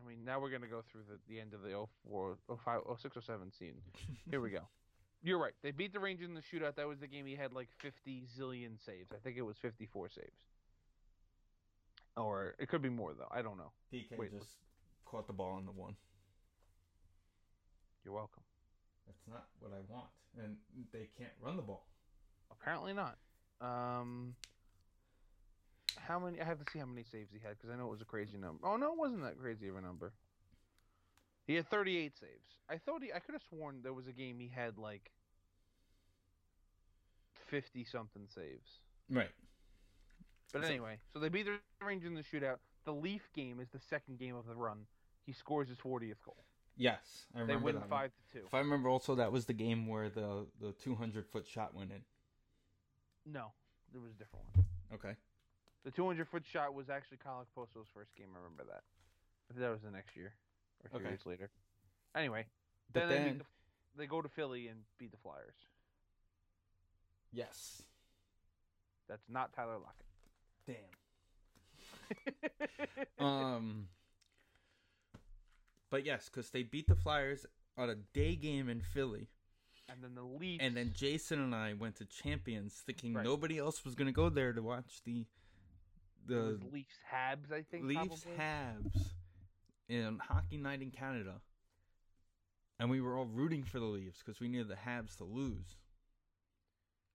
I mean, now we're gonna go through the, the end of the 04, 05, 06, 07 scene. <laughs> <laughs> Here we go. You're right. They beat the Rangers in the shootout. That was the game he had like 50 zillion saves. I think it was 54 saves. or it could be more though. I don't know. DK Wait, just caught the ball on the one. You're welcome. That's not what I want. And they can't run the ball. Apparently not. Um, how many? I have to see how many saves he had because I know it was a crazy number. Oh no, it wasn't that crazy of a number. He had 38 saves. I thought he. I could have sworn there was a game he had like 50 something saves. Right. But So- anyway, so they beat the Rangers in the shootout. The Leaf game is the second game of the run. He scores his 40th goal. Yes, I They remember win that one. five to two. If I remember, also that was the game where the the 200 foot shot went in. No, there was a different one. Okay. The 200 foot shot was actually Kyle Poso's first game. I remember that. I think that was the next year or three Okay. years later. Anyway, But then, then, they, beat the, they go to Philly and beat the Flyers. yes. That's not Tyler Damn. Lockett. <laughs> Um. But yes, because they beat the Flyers on a day game in Philly, and then the Leafs. and then Jason and I went to Champions, thinking Right. nobody else was going to go there to watch the it was the Leafs Habs, I think. Leafs probably. Habs in Hockey Night in Canada. And we were all rooting for the Leafs because we needed the Habs to lose,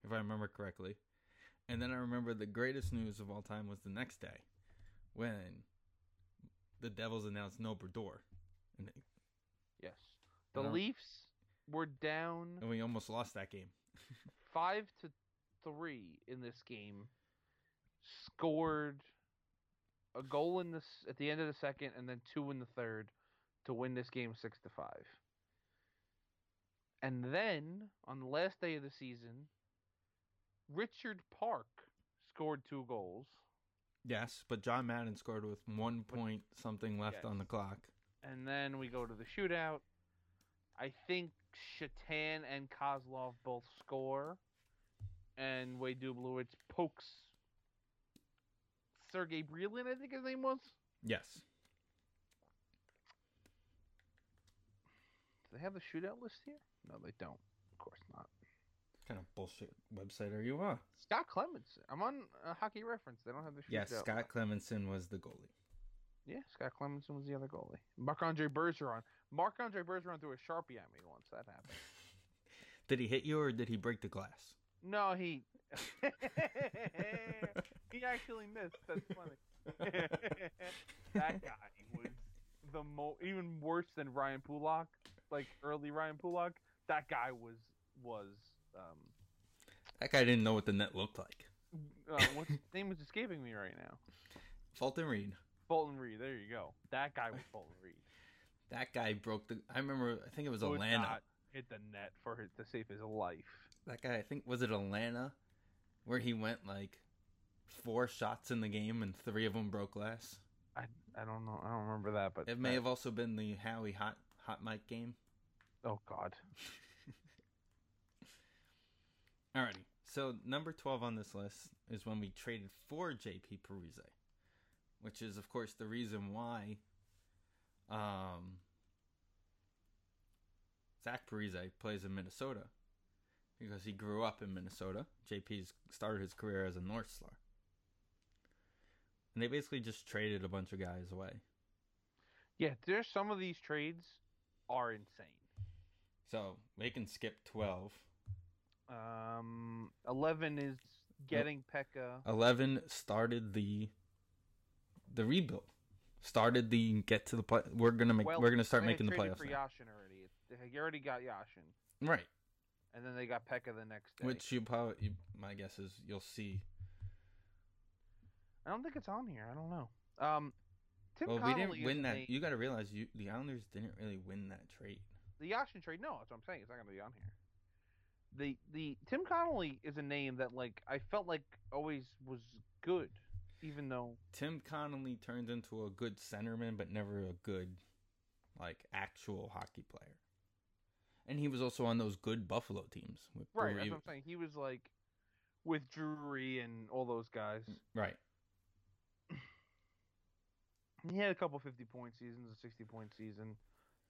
if I remember correctly. And then I remember the greatest news of all time was the next day when the Devils announced no Berdor. And, Yes. The Yeah. Leafs were down and we almost lost that game. five to three in this game. Scored a goal in this at the end of the second, and then two in the third to win this game six to five. And then on the last day of the season, Richard Park scored two goals, Yes, but John Madden scored with one point something left on the Yes. clock. and then we go to the shootout. I think Shatan and Kozlov both score, and Wade Dublowitz pokes Sergey Breland, I think his name was. Yes. Do they have the shootout list here? No, they don't. Of course not. What kind of bullshit website are you on? Scott Clemens. I'm on uh, Hockey Reference. They don't have the shootout. Yes, Scott Clemenson was the goalie. Yeah, Scott Clemens was the other goalie. Marc Andre Bergeron. Marc Andre Bergeron threw a sharpie at me once. That happened. Did he hit you or did he break the <laughs> glass? No, he. <laughs> he actually missed. That's <laughs> funny. that guy was the mo even worse than Ryan Pulak, like early Ryan Pulak. That guy was was um That guy didn't know what the net looked like. uh, what's his name is escaping me right now. Fulton Reed. Bolton Reed. There you go. That guy was Bolton Reed. That guy broke the. I remember. I think it was Would Atlanta. not hit the net for his, to save his life. That guy. I think was it Atlanta, where he went like four shots in the game and three of them broke glass. I I don't know. I don't remember that, but It may that- have also been the Howie hot hot mic game. Oh God. Alrighty. So number twelve on this list is when we traded for JP Parise, which is of course the reason why um, Zach Parise plays in Minnesota because he grew up in Minnesota. JP's started his career as a North Star, and they basically just traded a bunch of guys away. Yeah, there's some of these trades are insane. So they can skip twelve. Um, eleven is getting Pekka. 11 started the the rebuild started the get to the play we're gonna make Well, we're gonna start they had making the traded playoffs for now. Yashin already. It- They had- you already got Yashin, right and then they got Pekka the next day. which you probably you, my guess is you'll see I don't think it's on here. I don't know. Um, Tim well Connelly we didn't is win that a- you gotta realize you the islanders didn't really win that trade the Yashin trade. No, that's what I'm saying. It's not going to be on here. The the Tim Connolly is a name that like I felt like always was good, even though tim connolly turned into a good centerman but never a good like actual hockey player and he was also on those good buffalo teams with right. Brewer- That's what I'm saying. He was like with Drury and all those guys. right He had a couple 50 point seasons, a 60 point season.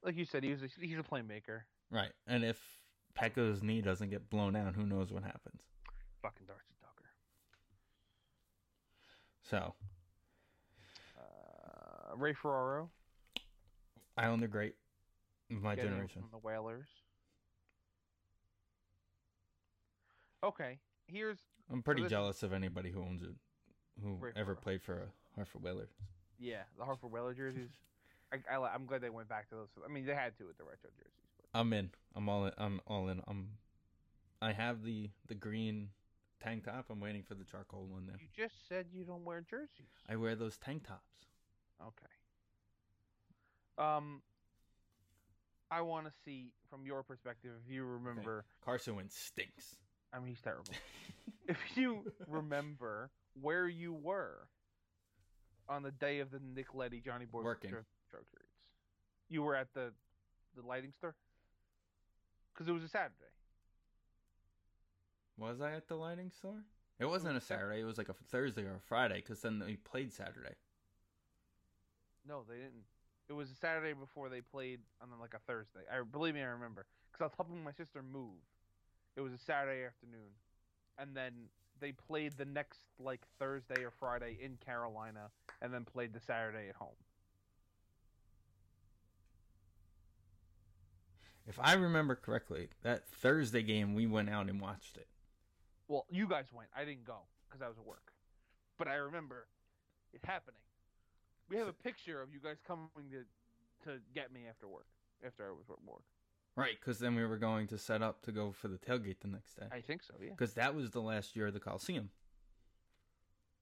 Like you said, he was a, he's a playmaker. right and if Pekka's knee doesn't get blown out who knows what happens Fucking Darcy Tucker. So Uh, Ray Ferraro. Islander great. My getting him generation. From the Whalers. Okay, here's I'm pretty this- jealous of anybody who owns it, who Ray ever Ferraro. played for a Hartford Whalers. yeah the Hartford Whaler jerseys. I, I, li- I'm glad they went back to those. I mean, they had to with the retro jerseys. But I'm in. I'm all in. I'm all in. I'm. I have the the green tank top. I'm waiting for the charcoal one there. you just said you don't wear jerseys. I wear those tank tops. Okay. Um, I want to see from your perspective if you remember. Carson Wentz stinks. I mean, he's terrible. <laughs> if you remember where you were on the day of the Nick Letty Johnny Boy Working. drug, drug raids, you were at the the lighting store because it was a Saturday. Was I at the lighting store? It wasn't a Saturday. It was like a Thursday or a Friday because then they played Saturday. No, they didn't. It was a Saturday before they played on like a Thursday. I believe me, I remember because I was helping my sister move. It was a Saturday afternoon, and then they played the next like Thursday or Friday in Carolina, and then played the Saturday at home. If I remember correctly, that Thursday game we went out and watched it. Well, you guys went. I didn't go because I was at work. But I remember it happening. We have a picture of you guys coming to to get me after work, after I was at work. Right, because then we were going to set up to go for the tailgate the next day. I think so, yeah. Because that was the last year of the Coliseum.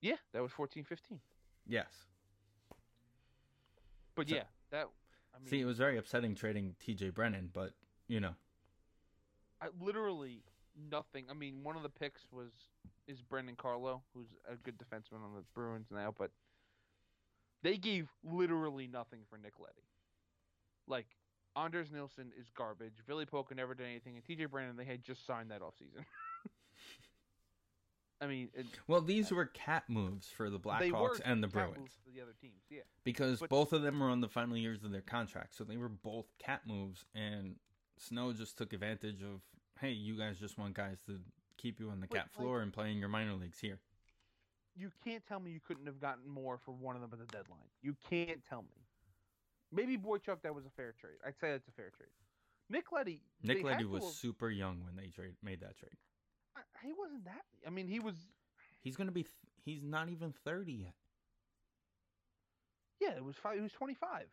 Yeah, that was fourteen fifteen. Yes. But So- yeah, that. I mean, See, it was very upsetting trading TJ Brennan, but, you know, I, literally nothing. I mean, one of the picks was is Brendan Carlo, who's a good defenseman on the Bruins now, but they gave literally nothing for Nick Letty. Like Anders Nilsson is garbage. Billy Polka never did anything, and TJ Brandon they had just signed that offseason. <laughs> I mean, it, well, these were cat moves for the they were Blackhawks and the cat Bruins. moves for the other teams, yeah. because But- both of them were on the final years of their contract, so they were both cat moves, and Snow just took advantage of, hey, you guys just want guys to keep you on the Wait, cat floor and playing your minor leagues here. you can't tell me you couldn't have gotten more for one of them at the deadline. You can't tell me. Maybe Boychuk, that was a fair trade. I'd say that's a fair trade. Nick Letty. Nick they had Letty to was have- super young when they trade made that trade. I- he wasn't that. I mean, he was. He's gonna be, th- he's not even thirty yet. Yeah, it was five. He was twenty five.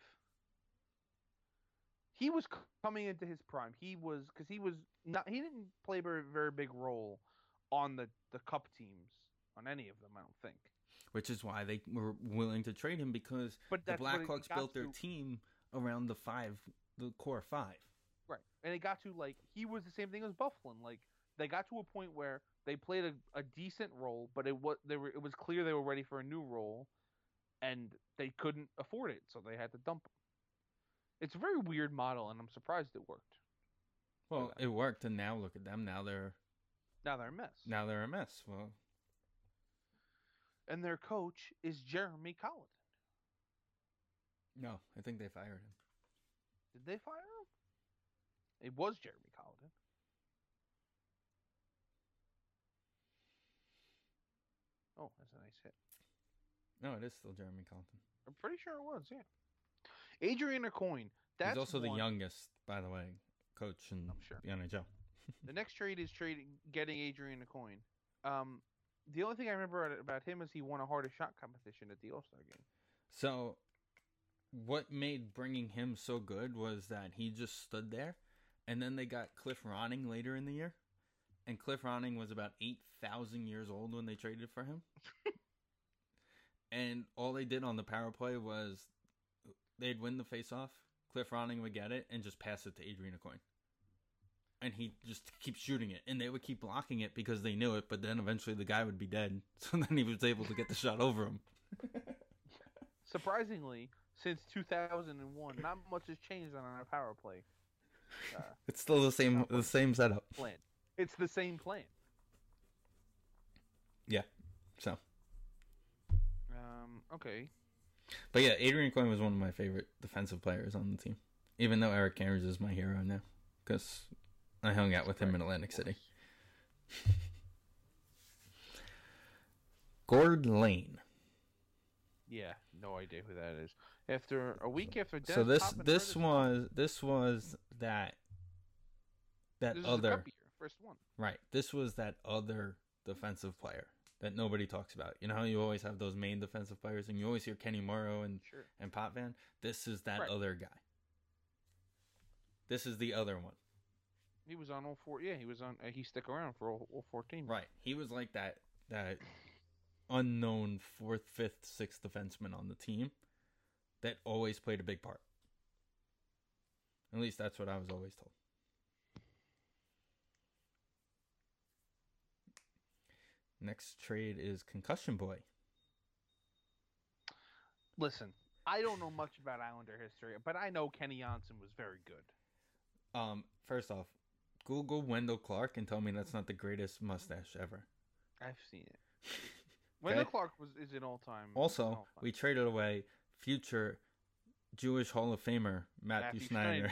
He was c- coming into his prime. He was because he was not. He didn't play a very, very big role on the the cup teams on any of them. I don't think. which is why they were willing to trade him because But the that's what it Blackhawks got built their to. team around the five, the core five. Right. And it got to like he was the same thing as Bufflin. Like they got to a point where they played a, a decent role, but it was they were it was clear they were ready for a new role, and they couldn't afford it, so they had to dump him. It's a very weird model, and I'm surprised it worked. Well, it worked, and now look at them. Now they're Now they're a mess. now they're a mess. Well, And their coach is Jeremy Collin. no, I think they fired him. Did they fire him? It was Jeremy Collin. Oh, that's a nice hit. No, it is still Jeremy Compton. I'm pretty sure it was, yeah. Adrian or Coin. That's He's also the one. youngest, by the way, coach in I'm sure. the NHL. The next trade is trading getting Adrian a coin. Um, the only thing I remember about- about him is he won a hardest shot competition at the All Star game. So, what made bringing him so good was that he just stood there, and then they got Cliff Ronning later in the year, and Cliff Ronning was about eight thousand years old when they traded for him, and all they did on the power play was they'd win the faceoff, Cliff Ronning would get it and just pass it to Adrian Coin. And he just keep shooting it, and they would keep blocking it because they knew it. But then eventually the guy would be dead, <laughs> so then he was able to get the shot over him. Surprisingly, since 2001, not much has changed on our power play uh, It's still the same the same setup. plan. It's the same plan. Yeah. So, Um, okay. but yeah, Adrian Coyne was one of my favorite defensive players on the team. Even though Eric Cairns is my hero now, because I hung out with him in Atlantic City. Gord Lane. Yeah, no idea who that is. After a week after Dennis so this Hopman this hurt was this was that that his- this is the other cup year, first one. Right. This was that other defensive player that nobody talks about. You know how you always have those main defensive players and you always hear Kenny Morrow and, Sure. and Pop Van? This is that Right. other guy. This is the other one. He was on all four. Yeah, he was on. Uh, he stuck around for all, all four teams. Right. He was like that that unknown fourth, fifth, sixth defenseman on the team that always played a big part. At least that's what I was always told. Next trade is Concussion Boy. Listen, I don't know much about Islander history, but I know Kenny Janssen was very good. Um, first off, Google Wendell Clark and tell me that's not the greatest mustache ever. I've seen it. <laughs> Wendell Okay. Clark was is an all time. Also, we traded away future Jewish Hall of Famer Matthew, Matthew Schneider.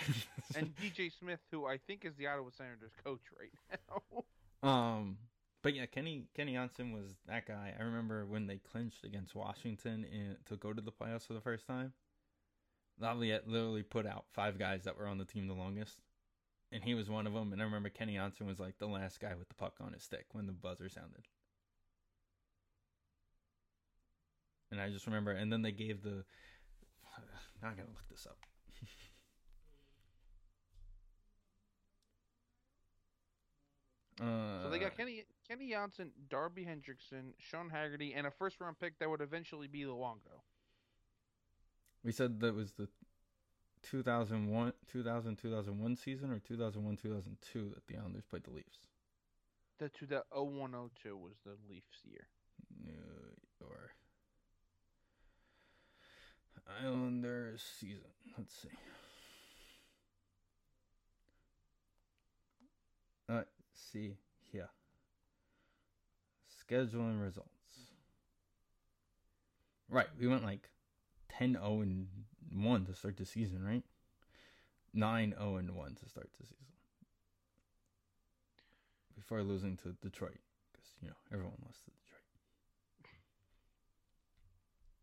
and DJ Smith, who I think is the Ottawa Senators coach right <laughs> now. Um, but yeah, Kenny Kenny Johnson was that guy. I remember when they clinched against Washington in, to go to the playoffs for the first time. Laviolette literally put out five guys that were on the team the longest, and he was one of them. And I remember Kenny Johnson was like the last guy with the puck on his stick when the buzzer sounded. And I just remember, and then they gave the. <sighs> Now I gotta look this up. <laughs> Uh, so they got Kenny Kenny Janssen, Darby Hendrickson, Sean Haggerty, and a first round pick that would eventually be Luongo. We said that was the 2001, 2000, 2001 season or 2001, 2002 that the Islanders played the Leafs. The to the 0102 was the Leafs year. New York Islanders season. Let's see. Let's see here. Schedule and results. Right, we went like 10 0 and 1 to start the season, right? 9 0 and 1 to start the season. Before losing to Detroit. Because, you know, everyone lost to Detroit.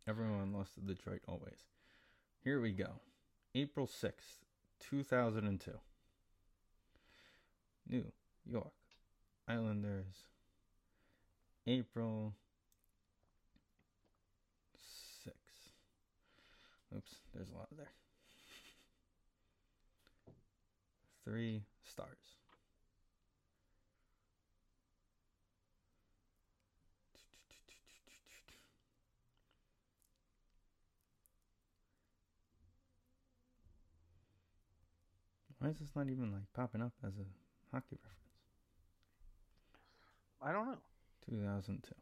Everyone lost to Detroit always. Here we go. April 6th, 2002. New York Islanders. April 6th. Oops, there's a lot there. Three stars. Why is this not even like popping up as a hockey reference? I don't know. 2002.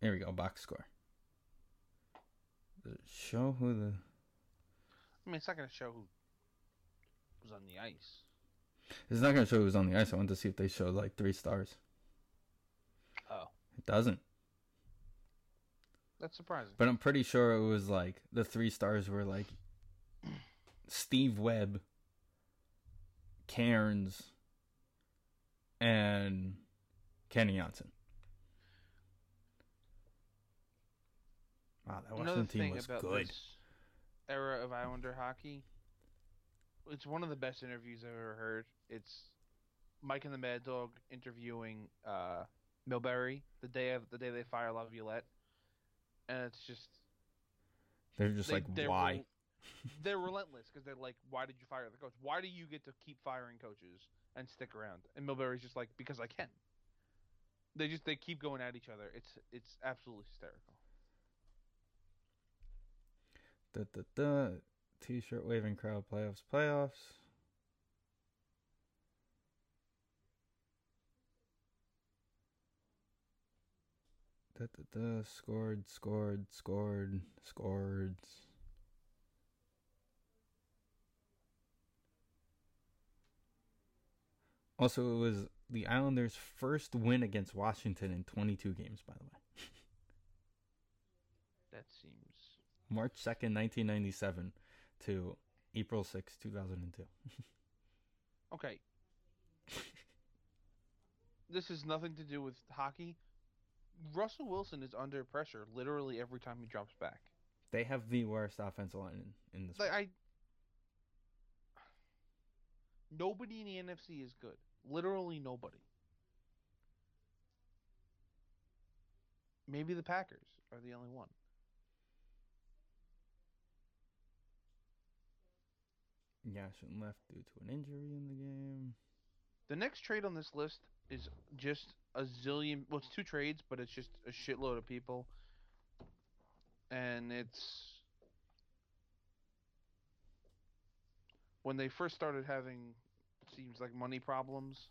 Here we go, box score. Does it show who the. I mean, it's not going to show who was on the ice. It's not going to show who's on the ice. I wanted to see if they showed like three stars. Oh, It doesn't. that's surprising. But I'm pretty sure it was like the three stars were like Steve Webb, Cairns, and Kenny Johnson. Wow, that Another Washington thing team was about good. this era of Islander hockey, it's one of the best interviews I've ever heard. It's Mike and the Mad Dog interviewing uh, Milbury the day of the day they fire Laviolette, and it's just They're just they- like, they're why? rel- they're relentless because they're like, why did you fire the coach? Why do you get to keep firing coaches and stick around? And Milbury's just like, because I can. They just they keep going at each other. It's it's absolutely hysterical. Da, da, da. T-shirt waving crowd playoffs playoffs. Da, da, da. Scored scored scored scored. Also, it was the Islanders' first win against Washington in 22 games, by the way. That seems March 2nd, 1997 to April 6th, 2002. Okay. <laughs> this has nothing to do with hockey. Russell Wilson is under pressure literally every time he drops back. They have the worst offensive line in, in this. Like I, nobody in the NFC is good. Literally nobody. Maybe the Packers are the only one. Yashin left due to an injury in the game. The next trade on this list is just a zillion. Well, it's two trades, but it's just a shitload of people. And it's. When they first started having, seems like money problems.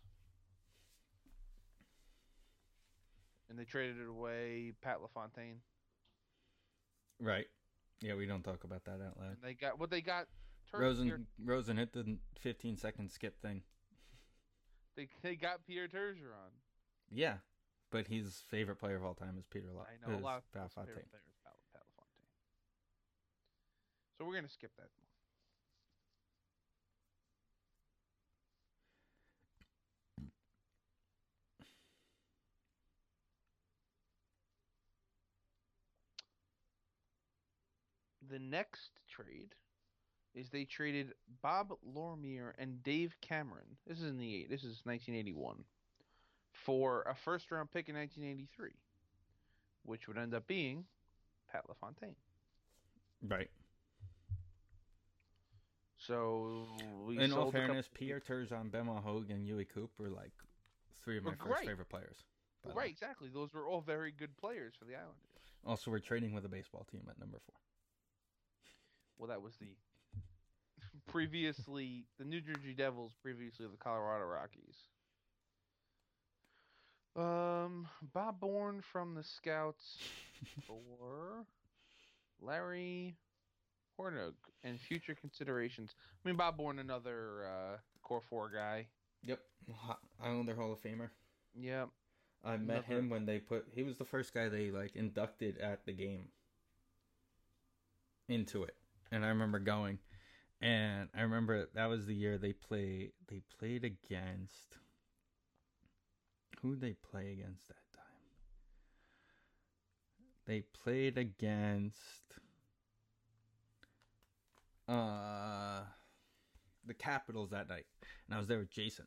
And they traded away Pat LaFontaine. Right. Yeah, we don't talk about that out And loud. they got what they got. Tur- Pierre- Rosen Rosen hit the 15 second skip thing. They, they got Pierre Turgeron. Yeah, but his favorite player of all time is Peter Lo- I know a is lot of Pat people's favorite Fontaine. player is Pat, Pat LaFontaine. So we're gonna skip that. one. The next trade is they traded Bob Lormier and Dave Cameron. This is in the eight. This is 1981 for a first round pick in 1983 which would end up being Pat LaFontaine. Right. So we In sold all a couple- fairness, Pierre Turgeon, Bema Hogue, and Huey Coop were like three of my Were first great. favorite players. by the way. <laughs> right? Exactly. Those were all very good players for the Islanders. Also, we're trading with a baseball team at number four. Well, that was the <laughs> previously the New Jersey Devils, previously the Colorado Rockies. Um, Bob Bourne from <laughs> the Scouts for Larry Hornog and future considerations. I mean, Bob Bourne, another uh, core four guy. Yep. Ho- Islander Hall of Famer. Yep. I met Another- him when they put. He was the first guy they like inducted at the game. Into it, and I remember going, and I remember that was the year they play. They played against. Who did they play against that time? They played against. Uh, the Capitals that night, and I was there with Jason.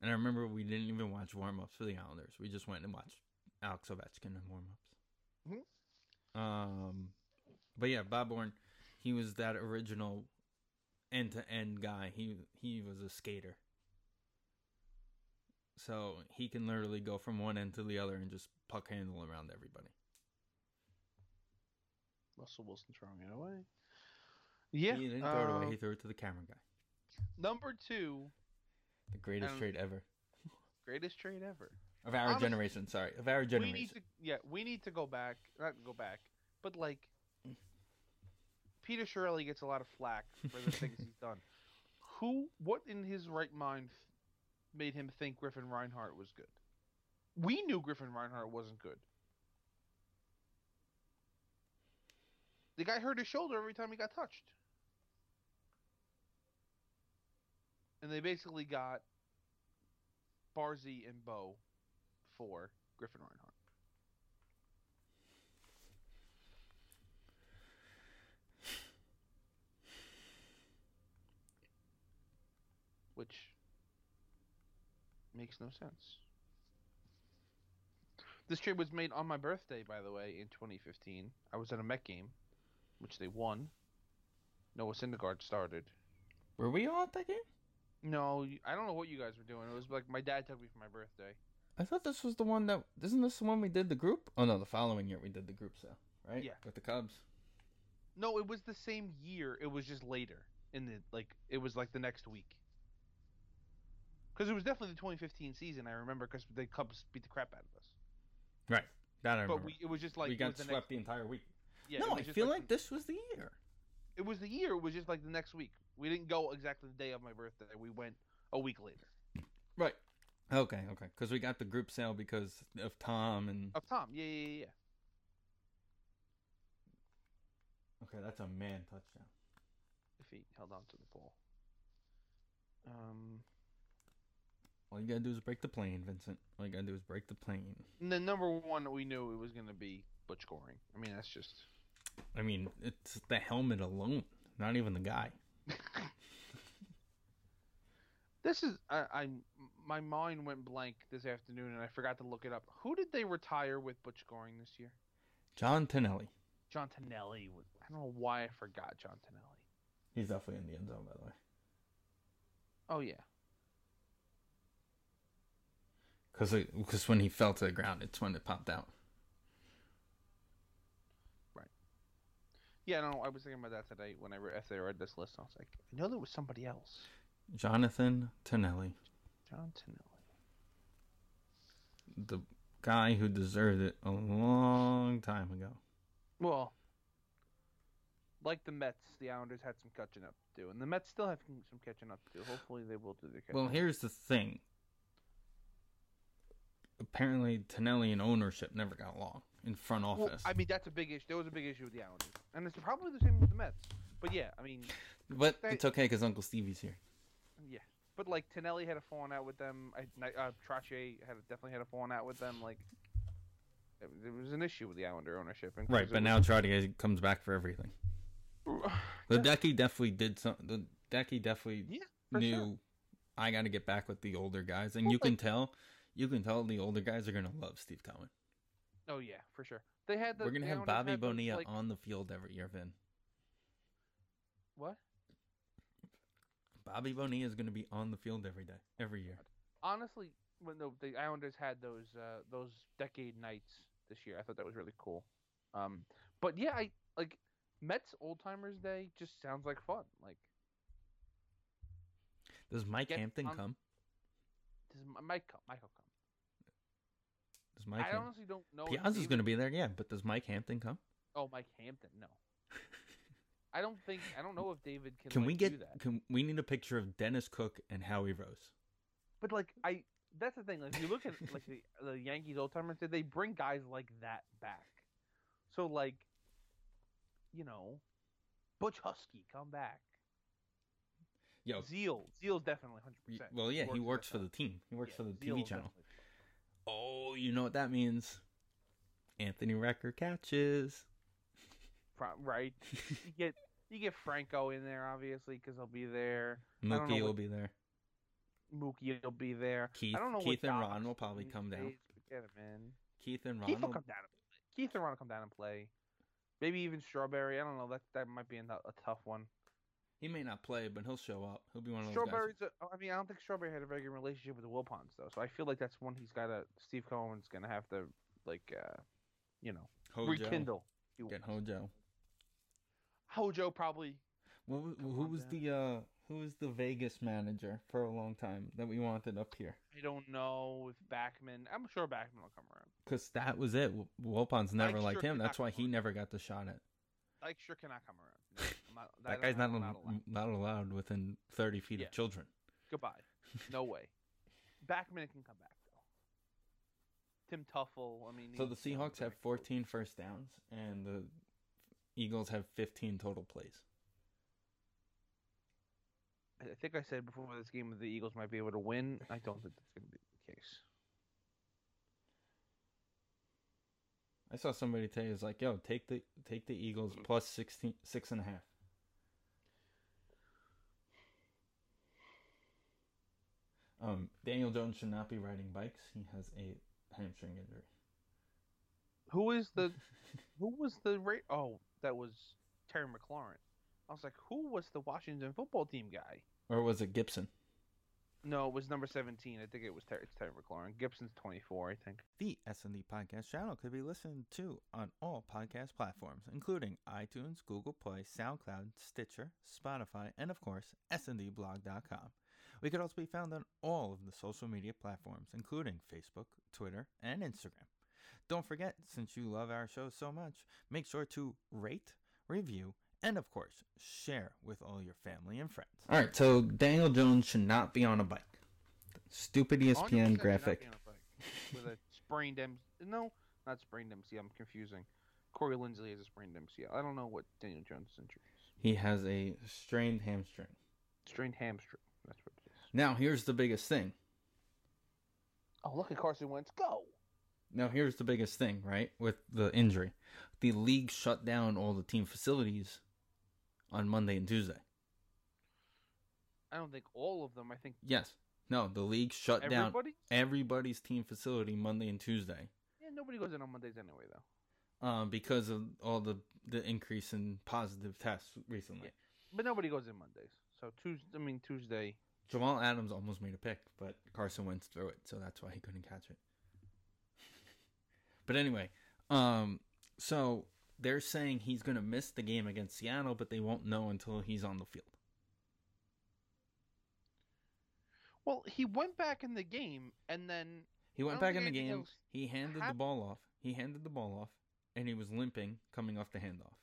And I remember we didn't even watch warm ups for the Islanders. We just went and watched Alex Ovechkin and warm ups. Mm-hmm. Um, but yeah, Bob Orne, he was that original end to end guy. He he was a skater, so he can literally go from one end to the other and just puck handle around everybody. Russell Wilson throwing it away. Yeah. he didn't throw it away. uh, He threw it to the camera guy. number two, The greatest um, trade ever greatest trade ever. of our honestly, generation. Sorry, of our generation. We need to, yeah, we need to go back. Not go back, but like, Peter Shirelli gets a lot of flack for the things he's done. Who? What in his right mind made him think Griffin Reinhardt was good? We knew Griffin Reinhardt wasn't good. The guy hurt his shoulder every time he got touched. And they basically got Barzy and Bo for Griffin Reinhardt. Which makes no sense. This trade was made on my birthday, by the way, in 2015. I was at a Met game, which they won. Noah Syndergaard started. Were we all at that game? No, you- I don't know what you guys were doing. It was like my dad took me for my birthday. I thought this was the one that isn't this the one we did the group? Oh no, the following year we did the group sale, right? Yeah. With the Cubs. No, it was the same year. It was just later in the like. It was like the next week. Because it was definitely the 2015 season. I remember because the Cubs beat the crap out of us. Right. That I remember. But we it was just like we it got was the swept next- the entire week. yeah, it no, was I just feel the- like, this was the year. it was the year. It was just like the next week. We didn't go exactly the day of my birthday. We went a week later. Right. Okay, okay. Because we got the group sale because of Tom and Of Tom, yeah, yeah, yeah, yeah. Okay, that's a man touchdown. If he held on to the ball. Um, All you gotta do is break the plane, Vincent. All you gotta do is break the plane. and then number one, we knew it was going to be Butch Goring. I mean, that's just I mean, it's the helmet alone, not even the guy. This is I, I my mind went blank this afternoon and I forgot to look it up. Who did they retire with Butch Goring this year? John Tonelli. John Tonelli was. I don't know why I forgot John Tonelli. He's definitely in the end zone, by the way. Oh yeah, Because because when he fell to the ground, it's when it popped out. yeah. No, I was thinking about that today when I read as I read this list. I was like, I know there was somebody else. Jonathan Tonelli, John Tonelli. the guy who deserved it a long time ago. Well, like the Mets, the Islanders had some catching up to do, and the Mets still have some catching up to do. Hopefully, they will do their catching. Well, up. here's the thing. Apparently, Tonelli and ownership never got along in front Well, office. I mean, that's a big issue. There was a big issue with the Islanders, and it's probably the same with the Mets. But yeah, I mean, but they- it's okay because Uncle Stevie's here. yeah. But like Tonelli had a falling out with them. I, I- uh, Trache had definitely had a falling out with them. Like, it, it was an issue with the Islander ownership. And 'cause Right, it but was- now Trotti comes back for everything. The Yeah, Decky definitely did some. The Decky definitely Yeah, for knew sure. I got to get back with the older guys, and Well, you can like- tell, you can tell the older guys are gonna love Steve Cohen. <sighs> Oh yeah, for sure. They had the. We're gonna the have Islanders Bobby had those, Bonilla like- on the field every year, Vin. What? Bobby Bonilla is gonna be on the field every day, every year. Honestly, when the, the Islanders had those uh, those decade nights this year, I thought that was really cool. Um, but yeah, I like Mets Old Timers Day. Just sounds like fun. Like. Does Mike Get Hampton on- come? Does Mi- Mike come? Michael come? Does Mike? I Ham- honestly don't know. if Piazza's David- gonna be there, yeah. But does Mike Hampton come? Oh, Mike Hampton. <laughs> No. I don't think. I don't know if David can. Can we like, do get? that? Can we need a picture of Dennis Cook and Howie Rose? But like I, that's the thing. Like if you look at like the the Yankees old timers, they bring guys like that back. So like, you know, Butch Husky come back. Yo, Zeal, Zeal's definitely hundred y- percent. well, yeah, he works for the team. He works for the TV channel. Oh, you know what that means? Anthony Recker <laughs> catches. right. You get you get Franco in there obviously because he'll be there. I don't know Mookie will what- be there. Mookie will be there. Keith- I don't know Keith what and Dobbs Ron will probably doing come down. these days, but Get him in. Keith and Ron. Keith will will- come down. And play. Keith and Ron will come down and play. Maybe even Strawberry. I don't know. That that might be a, a tough one. He may not play, but he'll show up. He'll be one of those guys. Strawberry's. A, I mean, I don't think Strawberry had a very good relationship with the Wilpons though, so I feel like that's one he's got to. Steve Cohen's gonna have to like, uh, you know, Hojo. rekindle. if you Get will. Hojo. Hojo probably. What, wa- Come who on was down. the uh, who was the Vegas manager for a long time that we wanted up here? I don't know if Backman. I'm sure Backman will come around. Because that was it. W- Wilpons never Mike liked him. Strickland That's not why he going. never got the shot at. Like sure cannot come <laughs> around. No, I'm not, That I- guy's not I'm al- allowed. not allowed within thirty feet Yeah. of children. Goodbye. No way. Backman can come back though. Tim Tuffle. I mean. So he- the you know, he's Seahawks have gonna- 14 first downs, and the Eagles have 15 total plays. I I think I said before this game that the Eagles might be able to win. I don't think that's going to be the case. I saw somebody today was like, "Yo, take the take the Eagles plus 16 six and a half." Um, Daniel Jones should not be riding bikes. He has a hamstring injury. Who is <laughs> the who was the ra- oh that was Terry McLaurin. I was like, who was the Washington football team guy? Or was it Gibson? No, it was number seventeen. I think it was Terry, it's Terry McLaurin. Gibson's twenty four, I think. The S&D Podcast channel could be listened to on all podcast platforms, including iTunes, Google Play, SoundCloud, Stitcher, Spotify, and of course, sndblog.com. We could also be found on all of the social media platforms, including Facebook, Twitter, and Instagram. Don't forget, since you love our show so much, make sure to rate, review, and of course, share with all your family and friends. All right, so Daniel Jones should not be on a bike. Stupid E ESPN 100% graphic. should not be on a bike With a sprained MC. No, not sprained MCL. I'm confusing. Corey Lindsley has a sprained MCL. I don't know what Daniel Jones' injury is. He has a strained hamstring. Strained hamstring. That's what it is. Now, here's the biggest thing. Oh, look at Carson Wentz go. Now here's the biggest thing, right? With the injury, the league shut down all the team facilities on Monday and Tuesday. I don't think all of them. I think Yes. No, the league shut down everybody. everybody's team facility Monday and Tuesday Yeah, nobody goes in on Mondays anyway, though. um, because of all the the increase in positive tests recently. But nobody goes in Mondays. So Tuesday, I mean Tuesday. Jamal Adams almost made a pick, but Carson Wentz threw it, so that's why he couldn't catch it. <laughs> but anyway, um, so they're saying he's going to miss the game against Seattle, but they won't know until he's on the field. Well, he went back in the game, and then He went don't back in think the anything game. else He handed the happened. ball off. He handed the ball off, and he was limping coming off the handoff.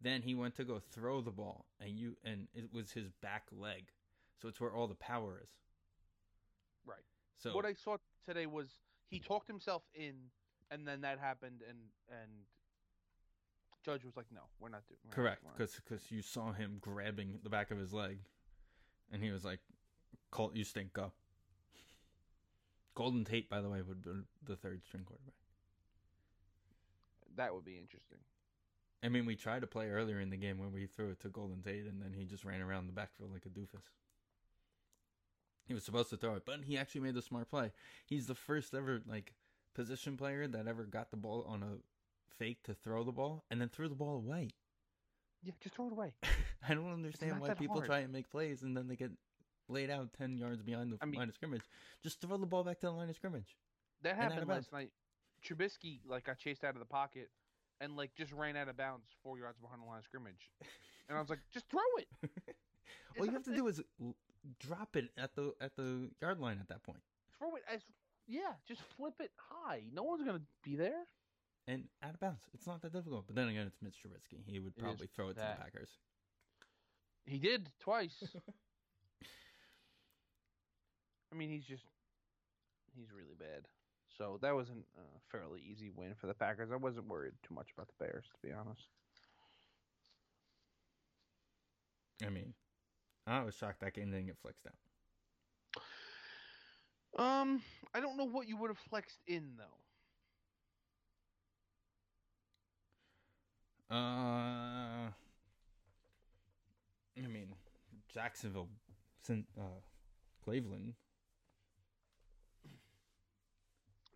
Then he went to go throw the ball, and you and it was his back leg, so it's where all the power is. Right. So Hmm. what I saw today was he talked himself in, and then that happened, and and Judge was like, "No, we're not doing." we're not- Correct, we're not because you saw him grabbing the back of his leg, and he was like, "Colt, you stink, go." Golden Tate, by the way, would be the third string quarterback. That would be interesting. I mean, we tried to play earlier in the game where we threw it to Golden Tate, and then he just ran around the backfield like a doofus. He was supposed to throw it, but he actually made the smart play. He's the first ever like position player that ever got the ball on a fake to throw the ball and then threw the ball away. Yeah, just throw it away. <laughs> I don't understand not why that people hard. try and make plays and then they get laid out 10 yards behind the I mean- line of scrimmage. Just throw the ball back to the line of <laughs> scrimmage. That And out of happened bounds. last night. Trubisky like got chased out of the pocket, and like just ran out of bounds four yards behind the line of scrimmage, and I was like, "Just throw it." All It's you not have to that- do is l- drop it at the at the yard line at that point. throw it as yeah, just flip it high. No one's gonna be there. And out of bounds. It's not that difficult. But then again, it's Mitch Trubisky. He would It is probably throw it to that. the Packers. He did twice. I mean, he's just he's really bad. So that was a uh, fairly easy win for the Packers. I wasn't worried too much about the Bears, to be honest. I mean, I was shocked that game didn't get flexed out. Um, I don't know what you would have flexed in though. Uh, I mean, Jacksonville, Cin- uh, Cleveland.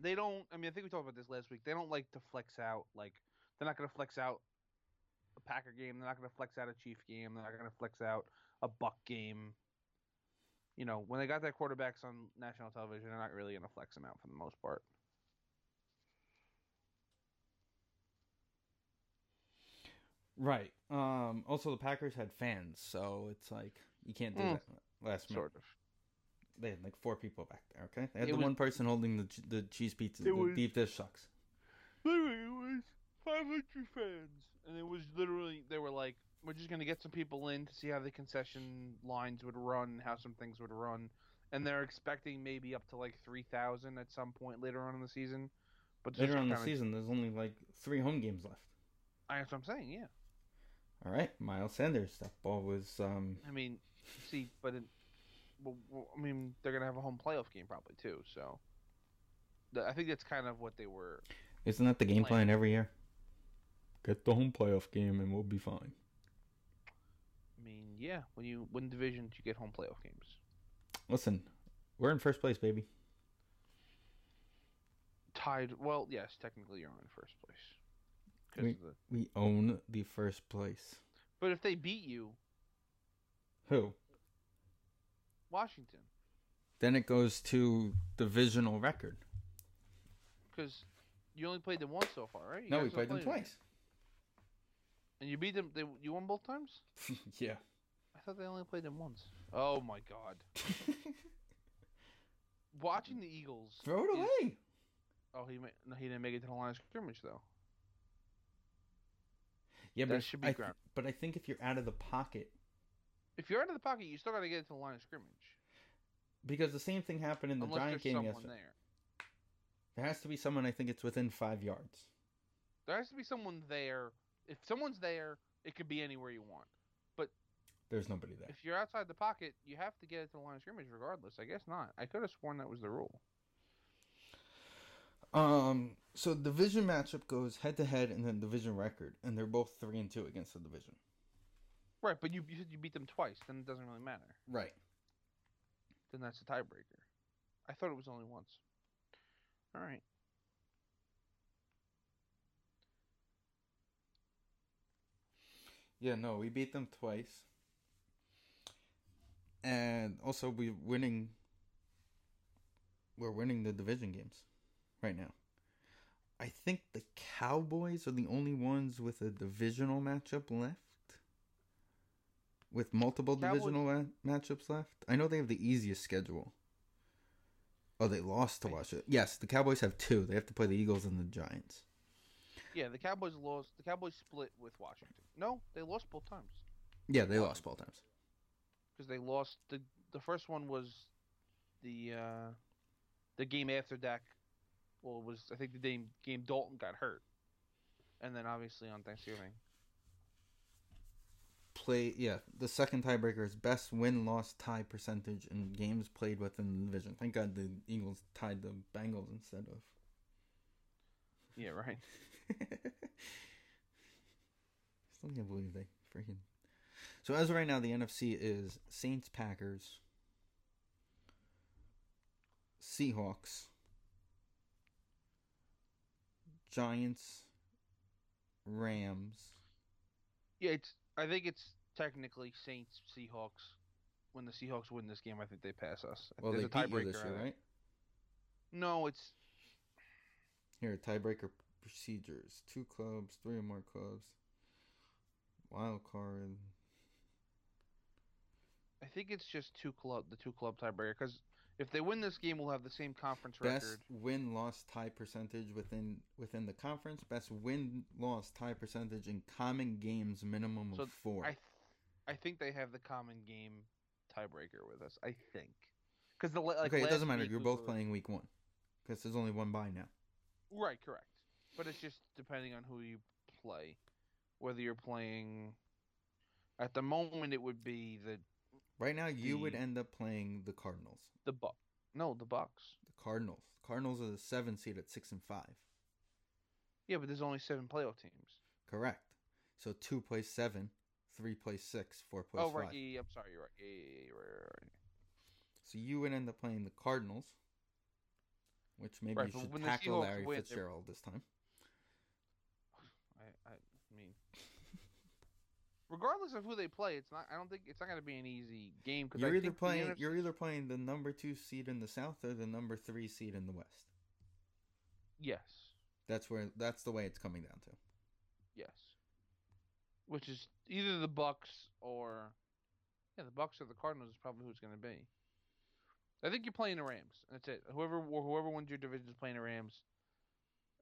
They don't. I mean, I think we talked about this last week. They don't like to flex out. Like they're not gonna flex out a Packer game. They're not gonna flex out a Chief game. They're not gonna flex out a Buck game. You know, when they got their quarterbacks on national television, they're not really gonna flex them out for the most part. Right. Um. Also, the Packers had fans, so it's like you can't do Mm. that last minute. Sort of. They had like four people back there. Okay, they had It the was- one person holding the ch- the cheese pizza. It The was- deep dish sucks. Literally, it was 500 fans, and it was literally they were like, "We're just gonna get some people in to see how the concession lines would run, how some things would run," and they're expecting maybe up to like 3,000 at some point later on in the season. But Later just on in the kinda- season, there's only like three home games left. I, that's what I'm saying. Yeah, All right, Miles Sanders. That ball was um. I mean, see, but it, well, well, I mean, they're gonna have a home playoff game probably too. So, Th- I think that's kind of what they were. Isn't that the game Plan. plan every year? Get the home playoff game and we'll be fine. I mean, yeah, when you win divisions, you get home playoff games. Listen, we're in first place, baby. tied. Well, yes, technically you're in first place. 'Cause We- of the- We own the first place. but if they beat you, Who? Washington, Then it goes to divisional record. because you only played them once so far, right? You no, guys we don't played them play twice. and you beat them. They, you won both times. <laughs> yeah. I thought they only played them once. Oh my god! Watching the Eagles. <laughs> Throw it is- away. oh, he ma- no, he didn't make it to the line of scrimmage though. Yeah, That but should should be be I th- ground. but I think if you're out of the pocket, If you're out of the pocket, you still got to get it to the line of scrimmage. because the same thing happened in the unless Giant there's game someone yesterday. There. there. has to be someone. I think it's within five yards. There has to be someone there. If someone's there, it could be anywhere you want. There's nobody there. If you're outside the pocket, you have to get it to the line of scrimmage regardless. I guess not. I could have sworn that was the rule. Um, so division matchup goes head to head, and then division record, and they're both three and two against the division. Right, but you you said you beat them twice, then it doesn't really matter. Right. Then that's a tiebreaker. I thought it was only once. All right. Yeah, no, we beat them twice, and also we're winning. We're winning the division games, right now. I think the Cowboys are the only ones with a divisional matchup left, with multiple Cowboys- divisional ma- matchups left. I know they have the easiest schedule. Oh, they lost to Washington. Yes, the Cowboys have two. They have to play the Eagles and the Giants. Yeah, the Cowboys lost. The Cowboys split with Washington. No, they lost both times Yeah, they lost both times. because they lost the the first one was the uh, the game after Dak. Well, it was I think the game game Dalton got hurt, and then obviously on Thanksgiving. play yeah the second tiebreaker is best win loss tie percentage in games played within the division thank god the eagles tied the bengals instead Yeah, right. of <laughs> still can't believe they freaking so as of right now the nfc is saints packers seahawks giants rams Yeah, it's. I think it's technically Saints Seahawks. When the Seahawks win this game, I think they pass us. well There's they a beat you tiebreaker this on year it. right No, it's Here, tiebreaker procedures. Two clubs, three or more clubs. Wild card. I think it's just two club the two club tiebreaker because if they win this game, we'll have the same conference Best record. win loss tie percentage within within the conference. Best win loss tie percentage in common games minimum So of four. I, th- I think they have the common game tiebreaker with us. I think because the la- like okay, it last doesn't matter. week You're was both the- playing week one because there's only one bye now. right, correct. But it's just depending on who you play, whether you're playing. At the moment, it would be the Right now, you would The- end up playing the Cardinals. the buck. No, the Bucks. The Cardinals. Cardinals are the seventh seed at six and five. Yeah, but there's only seven playoff teams. Correct. So two plays seven, three plays six, four plays oh, right. five. Yeah, yeah, I'm sorry. You're right. Yeah, yeah, yeah, right, right, right. So you would end up playing the Cardinals, which maybe Right, you but should when the tackle Seahawks Larry win, they're- Fitzgerald this time. I, I mean, <laughs> regardless of who they play, it's not. I don't think it's not going to be an easy game because You're I either think the playing NFC you're either playing the number two seed in the South or the number three seed in the West. Yes, That's where that's the way it's coming down to. yes. Which is either the Bucks or yeah, the Bucks or the Cardinals is probably who it's going to be. I think you're playing the Rams. That's it. Whoever whoever wins your division is playing the Rams.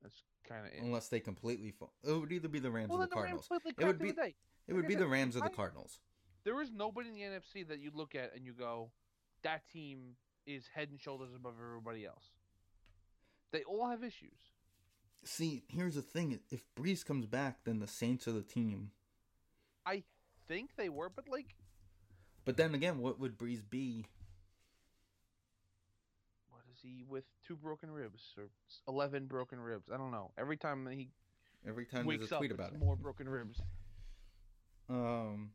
That's kind of it. Unless they completely fall, it would either be the Rams well, or then the the Rams Cardinals. played like It would crap the be- other day. It would I be said, the Rams or the I- Cardinals. There is nobody in the NFC that you look at and you go, that team is head and shoulders above everybody else. They all have issues. See, here's the thing: if Breeze comes back, then the Saints are the team. I think they were, but like, But then again, what would Breeze be? what is he with two broken ribs or s- eleven broken ribs? I don't know. Every time he Every time there's wakes a up, tweet it's about it. more broken ribs. Um,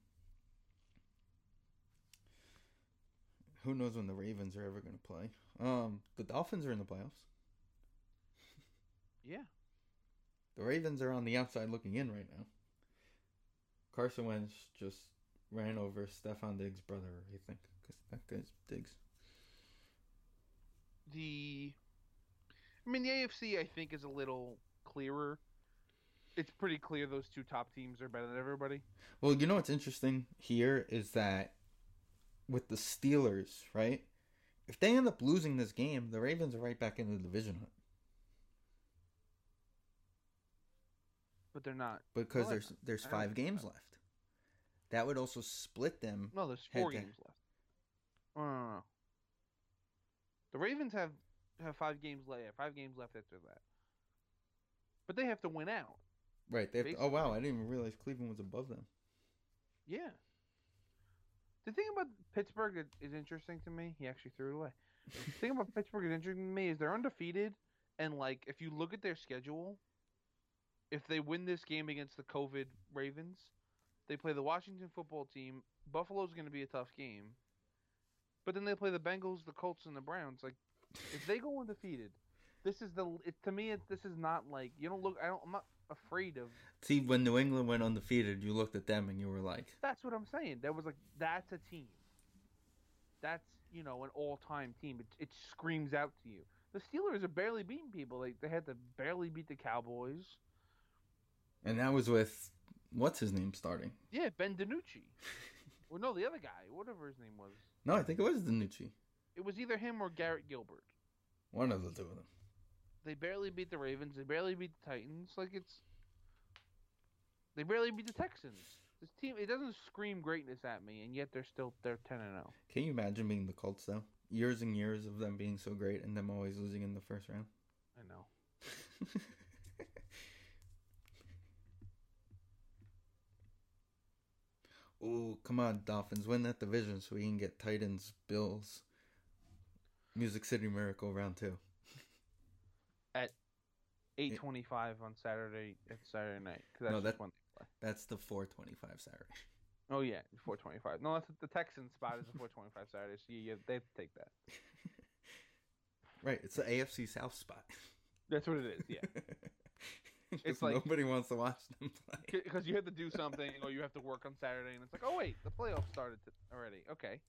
who knows when the Ravens are ever going to play? Um, the Dolphins are in the playoffs. Yeah, The Ravens are on the outside looking in right now. Carson Wentz just ran over Stefan Diggs' brother, I think, because that guy's Diggs. the. I mean, the AFC I think is a little clearer. It's pretty clear those two top teams are better than everybody. Well, you know what's interesting here is that with the Steelers, right? If they end up losing this game, the Ravens are right back in the division hunt But they're not. because Well, there's there's I don't five think games so. left. That would also split them No, there's Head four Mm-hmm. to- games left. Oh, no, no, no. The Ravens have have five games left. Five games left after that. But they have to win out. Right. They have to, oh Basically. wow! I didn't even realize Cleveland was above them. Yeah. The thing about Pittsburgh that is interesting to me. He actually threw it away. The thing about Pittsburgh is interesting to me is they're undefeated And like, if you look at their schedule, if they win this game against the COVID Ravens, they play the Washington football team. Buffalo's going to be a tough game, but then they play the Bengals, the Colts, and the Browns. Like, if they go undefeated, this is the it, to me. It, this is not like you don't look. I don't. I'm not afraid of. See, when New England went undefeated, you looked at them and you were like, That's what I'm saying. That was like that's a team. That's you know an all-time team. It, it screams out to you. The Steelers are barely beating people. Like they had to barely beat the Cowboys. and that was with what's his name starting? Yeah, Ben <laughs> DiNucci. well, no, the other guy, whatever his name was. No, I think it was Danucci. It was either him or Garrett Gilbert. One of the two of them. They barely beat the Ravens. They barely beat the Titans. Like it's. They barely beat the Texans. This team it doesn't scream greatness at me, and yet they're still they're ten and oh. zero. Can you imagine being the Colts though? Years and years of them being so great and them always losing in the first round. I know. oh, come on, Dolphins, win that division so we can get Titans, Bills, Music City Miracle round two. Eight twenty-five on Saturday at Saturday night. 'cause that's No, just that- when they play. That's the 425 Saturday. Oh yeah, four twenty-five. No, that's the Texans spot is the four twenty-five Saturday. So you, you they have to take that. Right, it's the AFC South spot. That's what it is. <laughs> Yeah, it's It's like- nobody wants to watch them play. because you have to do something or you have to work on Saturday, and it's like, oh wait, the playoffs started t- already. Okay,